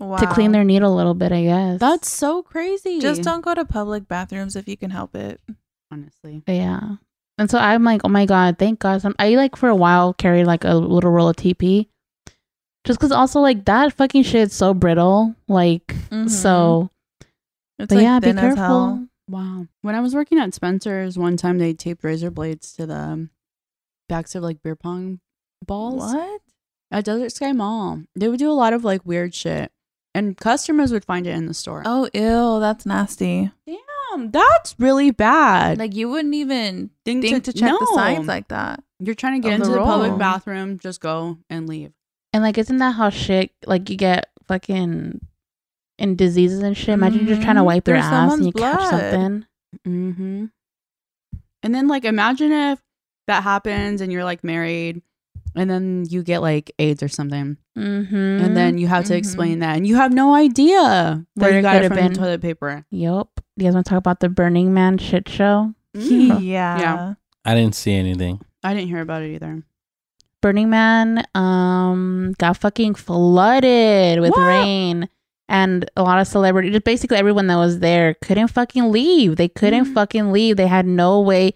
C: Wow.
A: to clean their needle a little bit, I guess.
B: That's so crazy.
C: Just don't go to public bathrooms if you can help it.
B: honestly.
A: But yeah. And so I'm like, oh my god, thank God. So I like for a while carried like a little roll of TP, just because also like that fucking shit's so brittle, like so.
C: Mm-hmm. it's
A: But
C: like
A: yeah, be
C: thin as hell.
A: careful.
B: Wow. When I was working at Spencer's, one time they taped razor blades to the um, backs of like beer pong balls.
C: What?
B: At Desert Sky Mall, they would do a lot of like weird shit, and customers would find it in the store.
C: Oh, ew, that's nasty.
B: Damn, that's really bad.
C: Like you wouldn't even think to, check the
B: no.
C: signs like that.
B: You're trying to
C: Of
B: get
C: the
B: into the public
C: roll.
B: bathroom, just go and leave.
A: And like, isn't that how shit like you get fucking in diseases and shit? Imagine you're just trying to
C: Mhm.
A: wipe your
C: There's
A: ass and you
C: someone's
A: catch
C: blood.
A: something.
B: Mm-hmm. And then, like, imagine if that happens and you're like married, and then you get like AIDS or something,
A: Mm-hmm.
B: and then you have to
C: Mhm.
B: explain that, and you have no idea
A: Where
B: where you
A: it
B: got Mm-hmm. it
A: could've
B: from
A: been.
B: the toilet paper.
A: yep. You guys want to talk about the Burning Man shit show?
B: Mm.
C: Yeah.
D: I didn't see anything.
B: I didn't hear about it either.
A: Burning Man um got fucking flooded with
B: What?
A: rain and a lot of celebrities just basically everyone that was there couldn't fucking leave. They couldn't
C: Mm.
B: Mhm.
A: fucking leave. They had no way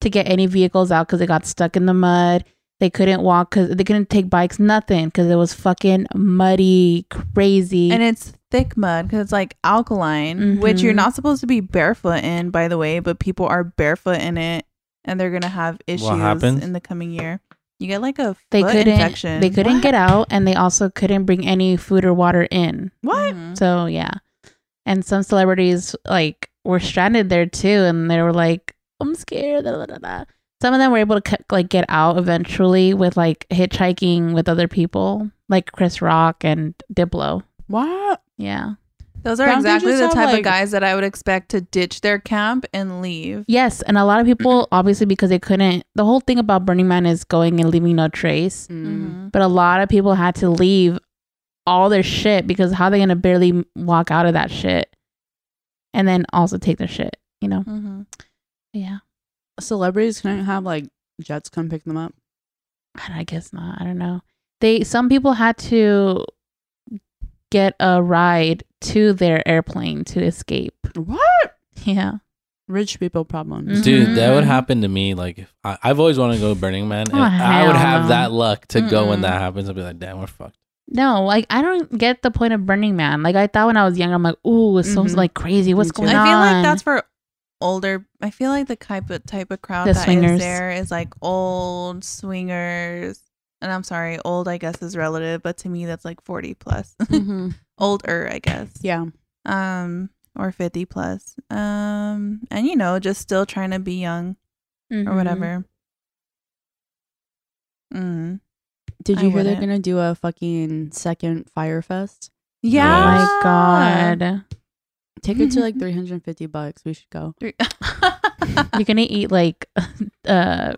A: to get any vehicles out cuz they got stuck in the mud. They couldn't walk cuz they couldn't take bikes nothing cuz it was fucking muddy, crazy.
C: And it's thick mud because it's like alkaline, which you're
A: Mhm.
C: not supposed to be barefoot in, by the way, but people are barefoot in it and they're going to have issues
D: happens?
C: in the coming year. You get like a
A: they
C: foot
A: couldn't
C: infection.
A: they couldn't get out and they also couldn't bring any food or water in.
B: What?
C: Mhm.
A: So yeah. And some celebrities like were stranded there too and they were like, I'm scared. da, da, da, da." Some of them were able to c- like get out eventually with like hitchhiking with other people, like Chris Rock and Diplo.
B: What?
A: Yeah.
C: Those are
B: Don't you
C: exactly
B: just
C: the
B: have,
C: type
B: like-
C: of guys that I would expect to ditch their camp and leave.
A: Yes, and a lot of people obviously because they couldn't the whole thing about Burning Man is going and leaving no trace.
C: Mm-hmm.
B: Mm.
A: But a lot of people had to leave all their shit because how they gonna barely walk out of that shit and then also take their shit, you know?
C: Mhm.
A: Yeah.
B: Celebrities couldn't have like jets come pick them up.
A: I don't- I guess not. I don't know. They some people had to get a ride to their airplane to escape.
B: What?
A: Yeah.
B: Rich people problems.
A: Mhm.
D: Dude, that would happen to me. Like, if I, I've always wanted to go to Burning Man, and
A: Oh,
D: I would
A: hell
D: have
A: no.
D: that luck to go when
B: Mm-mm.
D: that happens. I'd be like, damn, we're fucked.
A: No, like I don't get the point of Burning Man. Like I thought when I was younger, I'm like, ooh, it's so
B: Mhm.
A: like crazy. What's
B: Me too.
A: going on?
C: Mm-hmm. I feel like that's for older. I feel like the type of type of crowd
A: The
C: that is
A: swingers.
C: there is like old swingers. And I'm sorry, old I guess is relative, but to me that's like 40 plus,
B: Mhm.
C: older I guess,
B: Yeah.
C: um, or 50 plus, um, and you know just still trying to be young or
A: Mhm.
C: whatever. Mm.
B: Did
C: I
B: you hear they're
C: wouldn't.
B: gonna do a fucking second fire fest?
D: Yeah.
A: Oh my
C: Yeah.
A: god,
B: Tickets are like three hundred and fifty bucks. We should go.
A: you're gonna eat like uh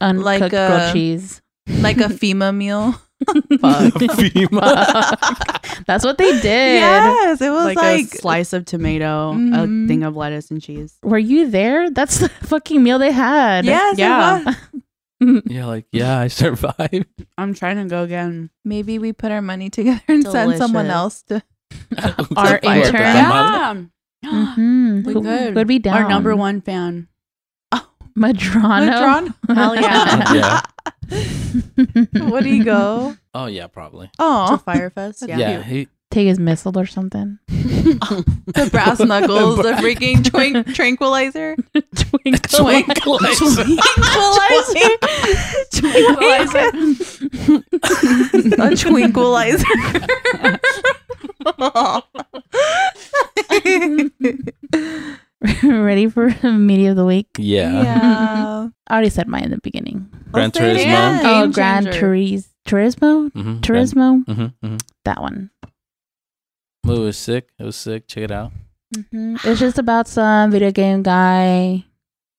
A: uncooked
C: Like,
A: grilled
C: uh,
A: cheese.
C: like a FEMA meal.
A: Fuck.
D: FEMA.
A: That's what they did.
C: Yes, it was
B: Like, Mm-hmm.
C: like,
B: a slice of tomato, a
C: Mhm.
B: thing of lettuce and cheese.
A: Were you there? That's the fucking meal they had.
C: yes, it
B: Yeah.
C: was.
D: Yeah, like, yeah, I survived.
B: I'm trying to go again.
C: Maybe we put our money together and send someone
B: Delicious.
C: else to.
A: Our
D: To fight
A: intern.
D: that.
B: Yeah.
A: Mhm.
B: We
A: Who
B: could.
A: would be down.
B: Our number one fan.
A: Madrano.
C: Withdrawn?
B: Hell yeah.
D: Yeah.
C: Would he go?
D: Oh, yeah, probably.
B: to
C: Oh,
B: Firefest.
D: Yeah. he-
A: Take his missile or something.
C: the brass knuckles, the
D: Brass-
C: freaking twink- tranquilizer.
A: Twinkle.
D: Twinkle.
C: Tranquilizer.
A: Twinkle.
C: A tranquilizer.
A: Ready for media of the week?
D: Yeah.
C: yeah.
A: I already said mine in the beginning.
D: Gran
C: Let's say it
D: Turismo.
C: again.
A: oh,
C: Game
A: Gran
C: changer.
A: Turis- Turismo?
D: Mhm.
A: Turismo?
D: hmm hmm
A: That one.
D: Movie was sick. It was sick. Check it out.
A: Mm-hmm. It's just about some video game guy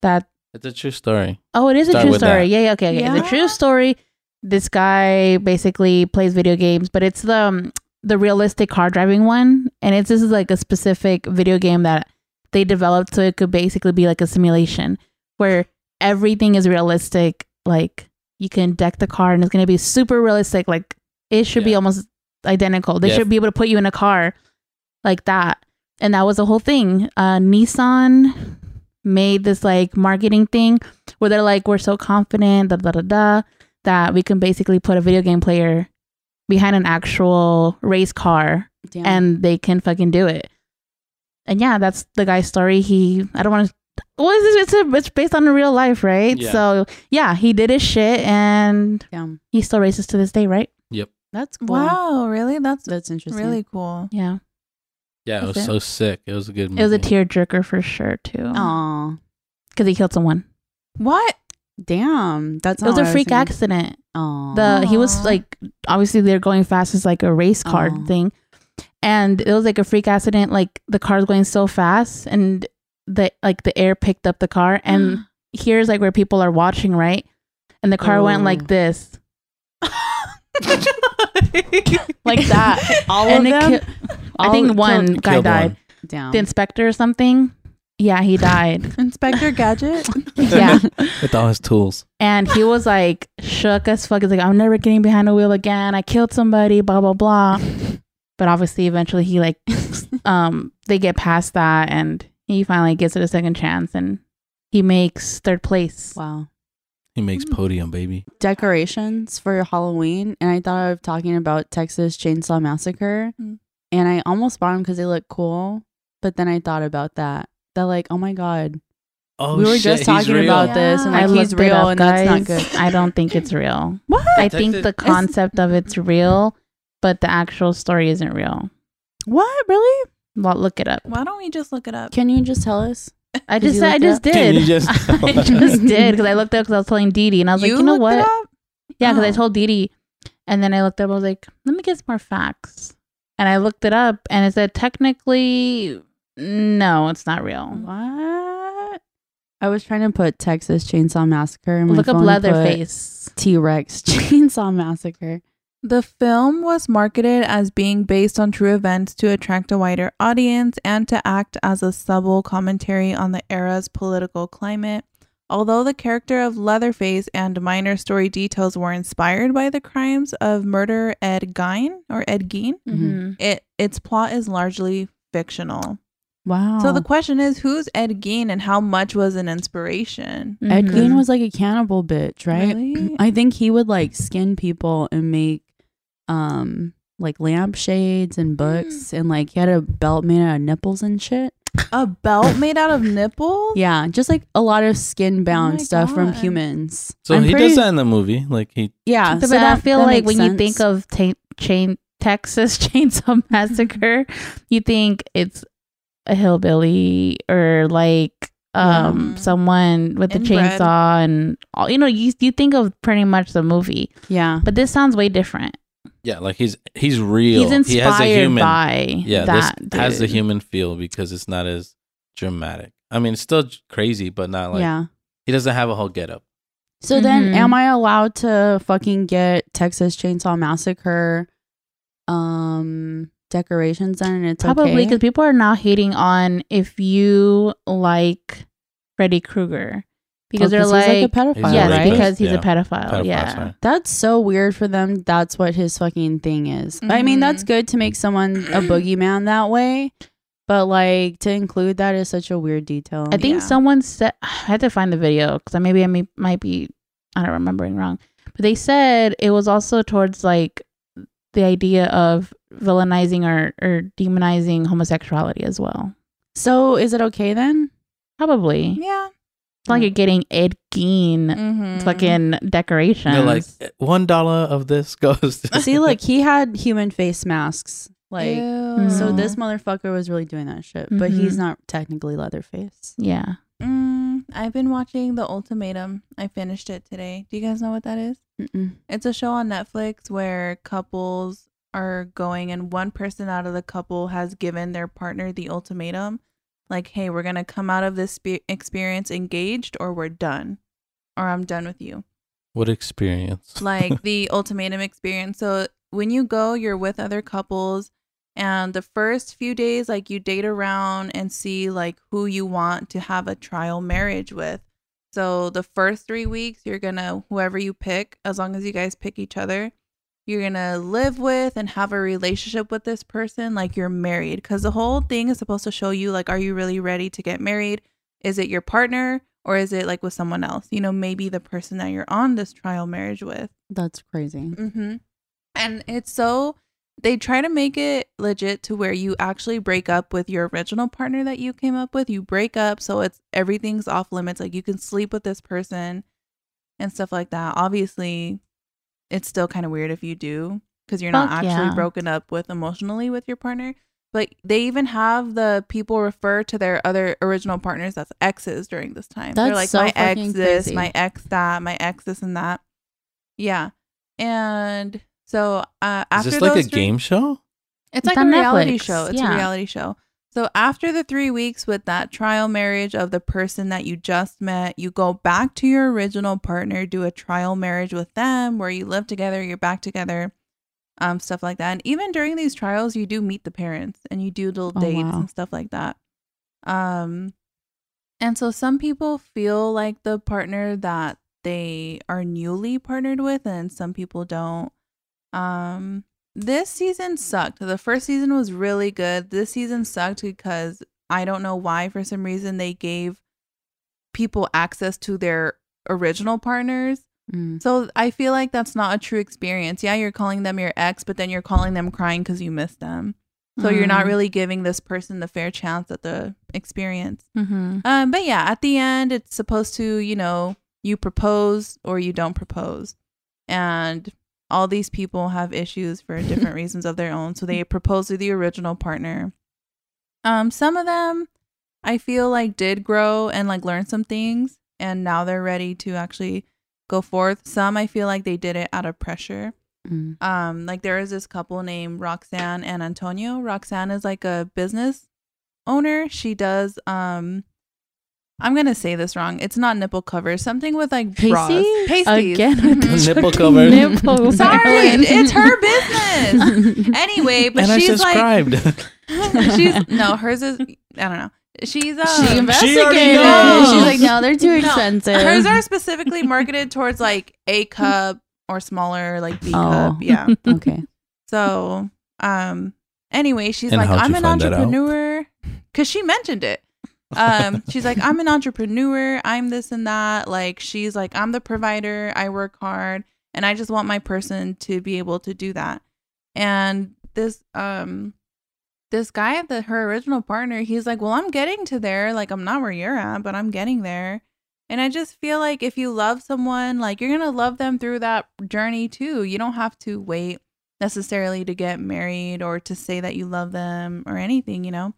A: that
D: It's a true story.
A: Oh, it is a
D: Start
A: true
D: with
A: story.
D: that.
A: Yeah, yeah, okay, okay. It's a
C: Yeah.
A: true story. This guy basically plays video games, but it's the um, the realistic car driving one, and it's this is like a specific video game that they developed so it could basically be like a simulation where everything is realistic. Like you can deck the car, and it's going to be super realistic. Like it should be
D: Yeah.
A: almost identical. They
D: Yeah.
A: should be able to put you in a car like that and that was the whole thing. Uh, Nissan made this like marketing thing where they're like, we're so confident, da da da da, that we can basically put a video game player behind an actual race car
B: Damn.
A: and they can fucking do it. And yeah, that's the guy's story. He, I don't want to. Well, it's, it's, a, it's based on real life, right?
D: Yeah.
A: So yeah, he did his shit, and
B: Damn.
A: he still races to this day, right?
B: That's cool.
C: Wow, really? That's
B: That's interesting.
C: really cool.
A: Yeah,
D: Yeah, it was
A: That's it.
D: so sick. It was a good movie.
A: it was a tearjerker for sure too,
B: Aw.
A: because he killed someone.
C: What?
B: Damn. That's
A: It was a freak accident.
B: Aw.
A: the he was
C: Aw.
A: like obviously they're going fast as like a race car
B: Aw.
A: thing and it was like a freak accident like the car's going so fast and the like the air picked up the car and here's like where people are watching right and the car went
B: Oh.
A: like this
B: like that. All
A: and
B: of them.
A: it ki- i think one guy
D: Killed
A: died
D: one.
B: Down.
A: the inspector or something yeah he died
C: Inspector Gadget?
A: yeah
D: with all his tools.
A: and he was like shook as fuck he's like i'm never getting behind a wheel again i killed somebody blah blah blah but obviously eventually he like um they get past that and he finally gets it a second chance and he makes third place
B: wow.
D: He makes
A: Mm.
D: podium, baby.
B: Decorations for Halloween, and I thought of talking about Texas Chainsaw Massacre,
C: Mm.
B: and I almost bought them because they look cool. But then I thought about that. That like, oh my god,
D: Oh,
B: we were
D: shit,
B: just
D: he's
B: talking
D: real.
B: about this, and
C: Yeah.
A: i
B: like he's
A: looked it
B: real,
A: up
B: and
A: guys
B: that's not good.
A: i don't think it's real
C: What?
A: i
D: That's
A: think
D: it.
A: the
D: It's-
A: concept of it's real but the actual story isn't real
B: What really?
A: well look it up
C: Why don't we just look it up?
B: Can you just tell us?
A: i
B: Did
A: just
B: you
A: said i
B: look it
A: just
B: up?
A: did
D: Can you just
A: i
D: tell us?
A: just did because i looked up because i was telling Dee Dee, and i was like you know
C: looked it
A: what
C: up?
A: Yeah, because I
C: Oh.
A: told Dee Dee, and then I looked up. I was like, let me get some more facts, and I looked it up, and it said technically, no, it's not real.
B: What? I was trying to put Texas Chainsaw Massacre. And Oh my
A: Look up
B: phone
A: Leatherface.
B: T Rex Chainsaw Massacre.
C: The film was marketed as being based on true events to attract a wider audience and to act as a subtle commentary on the era's political climate, Although the character of Leatherface and minor story details were inspired by the crimes of murderer Ed Gein or Ed Gein,
B: Mm-hmm.
A: Mhm.
C: it its plot is largely fictional.
B: Wow.
C: So the question is, who's Ed Gein and how much was an inspiration?
B: Ed
A: Mhm.
B: Gein was like a cannibal bitch, right?
C: Really?
B: I think he would like skin people and make um like lampshades and books and like he had a belt made out of nipples and shit.
C: A belt made out of nipples?
B: Yeah, just like a lot of skin bound
C: Oh. my
B: stuff from
C: God.
B: humans.
D: So
B: I'm
D: he
B: pretty-
D: does that in the movie. Like he
B: Yeah,
A: but
B: so that,
A: I feel
B: that
A: like
B: makes
A: when you think
B: sense.
A: of ta- chain Texas Chainsaw Massacre, you think it's a hillbilly or like um
C: Yeah.
A: someone with a
C: Inbred.
A: chainsaw and all you know you you think of pretty much the movie
B: yeah,
A: but this sounds way different
D: yeah, like he's he's real.
A: he's
D: he
A: inspired
D: has a human
A: by
D: yeah,
A: that
D: this has the
A: dude.
D: human feel because it's not as dramatic. I mean, it's still j- crazy, but not like
B: yeah.
D: he doesn't have a whole get up.
B: So then,
A: Mhm.
B: am I allowed to fucking get Texas Chainsaw Massacre um decorations then? And it's
A: probably because
B: okay?
A: people are now hating on if you like Freddy Krueger because
B: Oh,
A: they're
B: he's like,
A: like,
B: a pedophile,
D: He's a
A: yes
B: right?
D: rapist.
A: because he's
D: Yeah.
A: a pedophile,
D: Pedophile,
A: Oh, yeah
D: sorry.
B: That's so weird for them. That's what his fucking thing is. I mean, that's
A: Mm-hmm.
C: Mhm.
B: good to make someone a boogeyman that way, but like to include that is such a weird detail.
A: I think
C: Yeah.
A: someone said I had to find the video because maybe I may, might be I don't remembering wrong, but they said it was also towards like the idea of villainizing or, or demonizing homosexuality as well.
B: so. Is it okay then?
A: Probably
C: Yeah.
A: it's like you're getting Ed Gein
C: Mm-hmm.
A: fucking decorations.
D: They're like eh, one dollar of this goes. To
B: See, like he had human face masks, like so.
A: Mm.
B: This motherfucker was really doing that shit, but he's
A: Mhm.
B: not technically Leatherface.
A: yeah,
C: Mm, I've been watching The Ultimatum. I finished it today. Do you guys know what that is?
B: Mm-mm.
C: It's a show on Netflix where couples are going and one person out of the couple has given their partner the ultimatum like, hey, we're going to come out of this spe- experience engaged or we're done or I'm done with you.
D: what experience?
C: like the ultimatum experience. So when you go, you're with other couples, and the first few days, like you date around and see like who you want to have a trial marriage with. So the first three weeks, you're gonna whoever you pick, as long as you guys pick each other, you're gonna live with and have a relationship with this person like you're married. Because the whole thing is supposed to show you like, are you really ready to get married? Is it your partner? Or is it like with someone else? You know, maybe the person that you're on this trial marriage with.
B: That's crazy.
C: Mm-hmm. And it's so they try to make it legit to where you actually break up with your original partner that you came up with. You break up, so it's everything's off limits. Like you can sleep with this person and stuff like that. Obviously, it's still kind of weird if you do because you're not
A: Fuck
C: actually
A: yeah.
C: broken up with emotionally with your partner. But they even have the people refer to their other original partners as exes during this time. They're
B: That's
C: like,
B: so
C: my ex
B: fucking
C: this,
B: crazy.
C: my ex that, my ex this and that. Yeah. And so uh,
D: Is
C: after
D: this like a
C: those three-
D: game show?
C: it's
A: It's
C: like a
A: on
C: reality
A: Netflix,
C: show. It's a
A: yeah.
C: reality show. So after the three weeks with that trial marriage of the person that you just met, you go back to your original partner, do a trial marriage with them, where you live together, you're back together, um, stuff like that. And even during these trials, you do meet the parents and you do little
B: Oh,
C: dates
B: wow.
C: and stuff like that. Um, and so some people feel like the partner that they are newly partnered with, and some people don't. Um, this season sucked. The first season was really good. This season sucked because I don't know why, for some reason, they gave people access to their original partners.
B: Mm.
C: So I feel like that's not a true experience. Yeah, you're calling them your ex, but then you're calling them crying because you miss them. So you're not
B: Mm.
C: really giving this person the fair chance at the experience.
A: mm-hmm.
C: Um, but yeah, at the end, it's supposed to, you know, you propose or you don't propose. And all these people have issues for different reasons of their own. So they propose to the original partner. Um, some of them I feel like did grow and like learn some things and now they're ready to actually go forth. Some I feel like they did it out of pressure
B: Mm.
C: um like there is this couple named Roxanne and Antonio. Roxanne is like a business owner. She does um I'm gonna say this wrong. It's not nipple covers. Something with like bras.
A: Pasties?
C: Pasties.
A: again with
C: Mhm.
A: the
D: Nipple
A: fucking
D: covers.
A: nipple
C: Sorry,
A: covers.
C: it's her business. anyway, but
D: and I
C: she's like
D: subscribed.
C: she's no hers is I don't know. She's
A: she
C: um,
A: investigated.
D: knows.
A: She's like, no, they're too
C: No.
A: expensive.
C: hers are specifically marketed towards like A cup or smaller, like B
B: Oh.
C: cup. Yeah.
B: Okay.
C: So, um, anyway, she's
D: And
C: like,
D: how'd
C: I'm
D: you
C: an
D: find that out?"
C: entrepreneur because she mentioned it. Um, she's like, I'm an entrepreneur. I'm this and that. Like, she's like, I'm the provider. I work hard, and I just want my person to be able to do that. And this, um, this guy, the her original partner, he's like, well, I'm getting to there. Like, I'm not where you're at, but I'm getting there. And I just feel like if you love someone, like you're gonna love them through that journey too. You don't have to wait necessarily to get married or to say that you love them or anything, you know.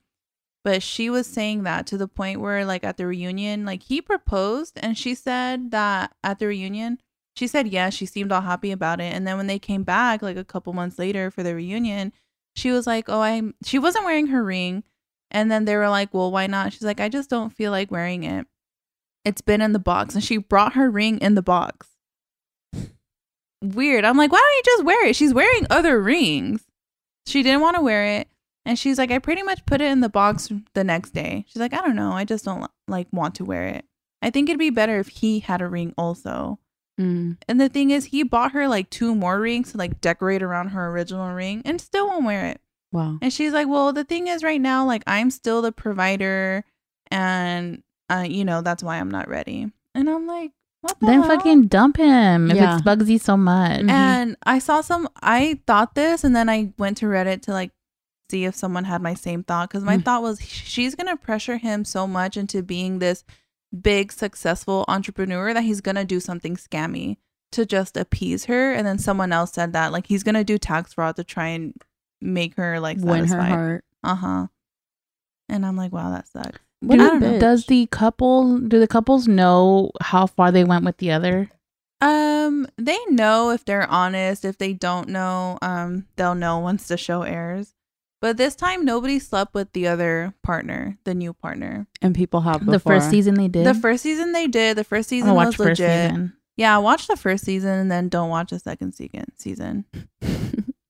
C: But she was saying that to the point where, like, at the reunion, like, he proposed and she said that at the reunion, she said yes, she seemed all happy about it. And then when they came back, like, a couple months later for the reunion, she was like, Oh, I'm, she wasn't wearing her ring. And then they were like, Well, why not? She's like, I just don't feel like wearing it. It's been in the box. And she brought her ring in the box weird. I'm like, why don't you just wear it? She's wearing other rings. She didn't want to wear it. And she's like, I pretty much put it in the box the next day. She's like, I don't know. I just don't like want to wear it. I think it'd be better if he had a ring also.
B: Mm.
C: And the thing is, he bought her like two more rings to like decorate around her original ring and still won't wear it.
B: Wow.
C: And she's like, "Well, the thing is, right now, like I'm still the provider, and uh, you know that's why I'm not ready." And I'm like, "What the
A: Then
C: hell?
A: fucking dump him if
B: Yeah.
A: it's Bugsy so much.
B: Mhm.
C: And I saw some, I thought this, and then I went to Reddit to like see if someone had my same thought. Cause my
B: Mm.
C: thought was, she's gonna pressure him so much into being this big, successful entrepreneur that he's gonna do something scammy to just appease her. And then someone else said that, like, he's gonna do tax fraud to try and make her like
B: Win her
C: satisfied.
B: heart.
C: Uh huh. And I'm like, wow, that sucks.
B: What
A: Do-
B: a bitch.
A: does the couple do the couples know how far they went with the other?
C: Um, they know if they're honest. If they don't know, um, they'll know once the show airs. But this time, nobody slept with the other partner, the new partner.
B: and people have
A: The
B: before.
A: first season they did.
C: The first season they did. The first
A: I'm
C: season
A: gonna watch
C: was legit.
A: first season.
C: Yeah, watch the first season and then don't watch the second season. Season.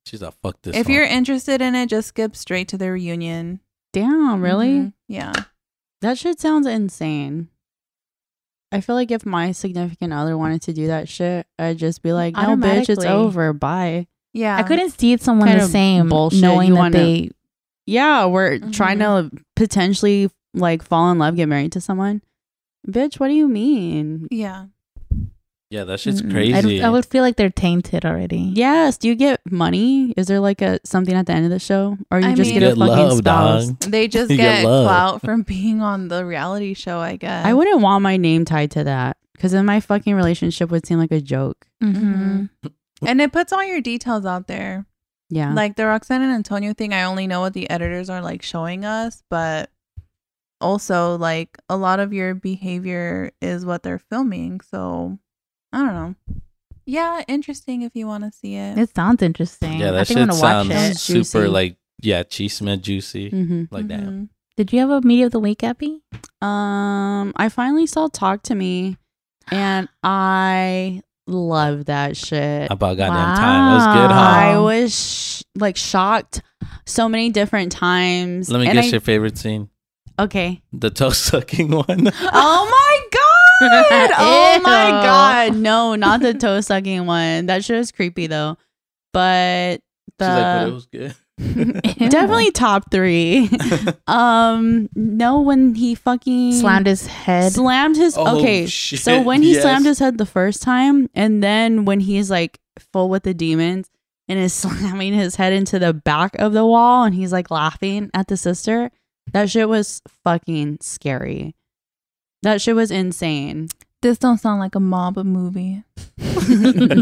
D: She's like, fuck this.
C: if
D: song.
C: you're interested in it, just skip straight to the reunion.
A: Oh,
B: Damn, really?
C: Mhm. Yeah.
B: That shit sounds insane. I feel like if my significant other wanted to do that shit, I'd just be like, "No, bitch, it's
A: Automatically.
B: over. Bye."
C: Yeah.
A: I couldn't see it someone
B: Kind
A: the
B: of
A: same
B: bullshit
A: knowing
B: you
A: that
B: wanna-
A: they
B: Yeah, we're trying to potentially like fall in love, get married to someone. Bitch, what do you mean?
C: Yeah.
D: yeah, that shit's
A: Mm-mm. Mm, I,
D: crazy.
A: don't- I would feel like they're tainted already.
B: Yes, do you get money? Is there like a something at the end of the show, or you
C: I
B: just
C: mean-
B: get a
C: Get
B: fucking spouse?
C: They just
D: You
C: get,
D: get love.
C: clout from being on the reality show, I guess.
B: I wouldn't want my name tied to that because then my fucking relationship would seem like a joke.
A: Mhm.
C: And it puts all your details out there.
B: Yeah,
C: Like the Roxanne and Antonio thing, I only know what the editors are like showing us, but also like a lot of your behavior is what they're filming. So I don't know. Yeah, interesting if you want to see it.
A: It sounds interesting.
D: Yeah,
A: I
D: that
A: think I'm
D: shit
A: gonna watch
D: sounds
A: it.
B: Sounds
D: super
B: juicy.
D: like yeah, chisme juicy.
B: hmm
D: Like that.
C: Mhm.
A: Did you have a media of the week, Abby?
B: Um, I finally saw Talk to Me, and I love that shit.
D: About goddamn time. That was good, huh?
B: I
A: Wow.
B: was sh- like shocked so many different times.
D: Let me
B: and
D: guess
B: I-
D: your favorite scene.
B: Okay.
D: The toe sucking one.
B: Oh my god! oh my
A: Ew.
B: god! No, not the toe sucking one. That shit was creepy though. But
D: She's like, but it
B: the
D: was good.
B: definitely top three. um, no, when he fucking
A: slammed his head.
B: slammed his
D: Oh,
B: okay.
D: shit,
B: So when he
D: yes.
B: slammed his head the first time, and then when he's like full with the demons and is slamming his head into the back of the wall, and he's like laughing at the sister, that shit was fucking scary. That shit was insane.
C: This don't sound like a mob movie.
D: what did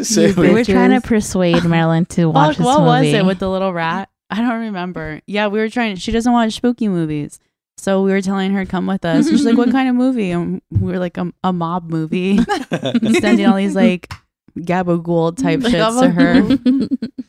D: it say?
A: You bitch.
B: bitch.
A: we're trying to persuade Marilyn to watch
B: Fuck,
A: this
B: what was
A: movie.
B: it with the little rat? I don't remember. Yeah, we were trying. She doesn't watch spooky movies. So we were telling her, come with us. And she's like, what kind of movie? And we were like, a, a mob movie. sending all these like gabagool type
A: Mm.
B: shits to her. Mm,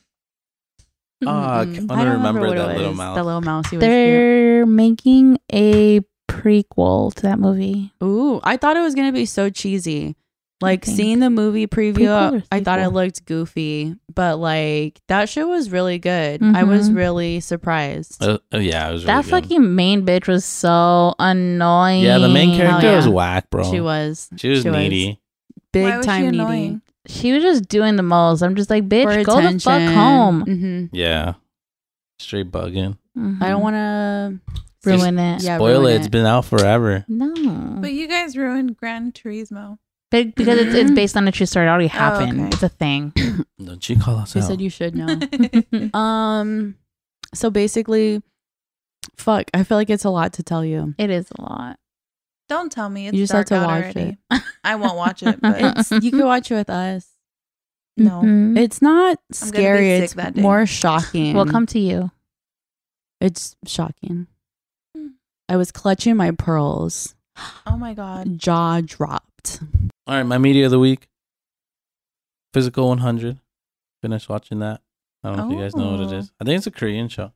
A: Mm.
D: oh, I
C: Mm-mm.
D: want to remember,
B: what it
D: that little
B: was.
D: mouth.
B: The little mouse. He was cute.
A: They're making a prequel to that movie.
B: Ooh, I thought it was gonna be so cheesy, Like
A: think.
B: seeing the movie
A: Prequel
B: preview,
A: or
B: I thought it
A: sequel?
B: looked goofy, but like that shit was really good. I was
A: Mhm.
B: really surprised.
D: Uh, uh, yeah, it was
A: that
D: really good.
A: fucking main bitch was so annoying.
D: Yeah, the main character
B: Oh, yeah.
D: was whack, bro.
B: She was
D: She was
B: she was.
D: needy.
B: big
C: Why was she
B: time needy.
C: annoying?
A: She was just doing the most. I'm just like,
B: For
A: bitch, go the fuck
B: attention.
A: home.
B: Mhm.
D: Yeah. Straight bugging.
B: I
D: Mm-hmm.
B: don't
A: Mhm.
B: want to.
A: ruin it.
B: Yeah,
D: Spoil
B: ruin
D: it. It's
B: it.
D: been out forever.
A: No,
B: Mm.
C: But you guys ruined Gran Turismo.
A: Be- because it's, it's based on a true story. It already happened.
C: okay.
A: It's a thing.
D: Don't you call us
B: She
D: out.
B: said you should know. um, so basically, fuck. I feel like it's a lot to tell you.
A: It is a lot.
C: Don't tell me it's
B: You just have
C: dark
B: to
C: out
B: watch
C: already. I won't watch it, but
B: It's you can watch it with us.
C: no.
A: Mhm.
B: It's not
C: gonna be
B: scary.
C: sick
B: It's
C: that day.
B: more shocking.
D: Mm.
A: will come to you.
B: It's shocking. I was clutching my pearls.
C: Oh my god.
B: Jaw dropped.
D: All right, my media of the week. Physical 100. Finished watching that. I don't know if you guys know what it
C: Oh.
D: is. I think it's a Korean show.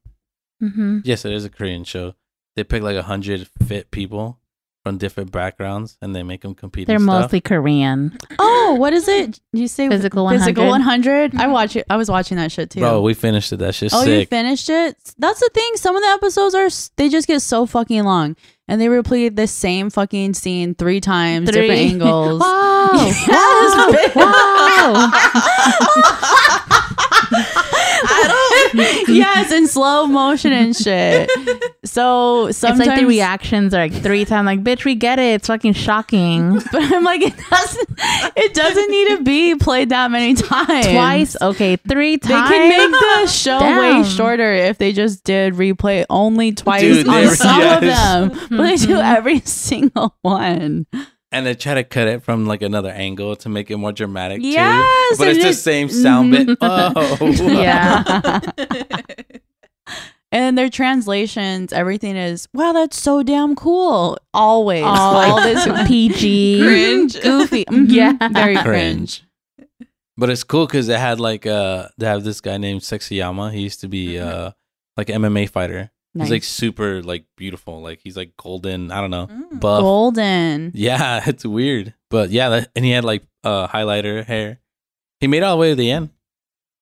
A: Mm-hmm.
D: Yes, it is a Korean show. They pick like 100 fit people from different backgrounds and they make them compete.
A: They're
D: and stuff.
A: mostly Korean.
B: Oh, what is it? You say
A: Physical
B: Physical
A: 100?
B: 100? I watch it. I was watching that shit too.
D: Bro, we finished it. That shit's
B: oh, you
D: sick.
B: finished it? That's the thing. Some of the episodes are s- they just get so fucking long, and they replay the same fucking scene three times, different
A: Three.
B: angles.
A: Wow!
B: Yes, bitch.
A: wow!
B: yes, in slow motion and shit. So sometimes
A: it's like the reactions are like three times. Like, bitch, we get it. It's fucking shocking.
B: but I'm like, it doesn't. It doesn't need to be played that many times.
A: Twice, okay, three
B: They
A: times.
B: can make the show
A: Damn.
B: way shorter if they just did replay only twice
D: Dude,
B: on
D: they-
B: some of them,
D: yes.
B: but they do every single one.
D: and they try to cut it from like another angle to make it more dramatic
B: Yes,
D: too. But
B: and
D: it's the
B: it- Mm-hmm.
D: same sound bit. Oh,
A: yeah.
B: And their translations, everything is wow. That's so damn cool. Always,
A: all,
B: all
A: this
B: this
A: PG.
C: Cringe.
B: goofy. Mhm.
A: Yeah.
B: very cringe.
D: cringe. But it's cool because they had like uh they have this guy named Sexyama. He used to be uh like an MMA fighter.
B: Mm-hmm. Nice.
D: He's like super like beautiful. Like he's like golden. I don't know
C: Mm.
D: buff.
B: golden.
D: Yeah, it's weird. But yeah, that, and he had like uh highlighter hair. He made it all the way to the end.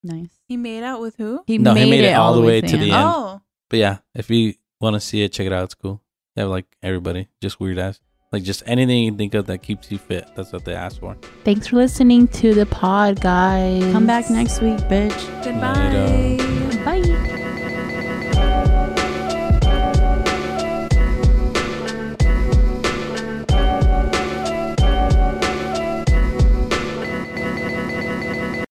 B: Nice.
C: He made out with who?
B: He,
D: No, he made it all the way to the
B: end.
D: end.
C: Oh.
D: But yeah, if you want to see it, check it out. It's cool. They have like everybody, just weird ass. Like just anything you can think of that keeps you fit. That's what they ask for.
A: Thanks for listening to the pod, guys.
B: Come back next week, bitch.
C: Goodbye.
D: Later.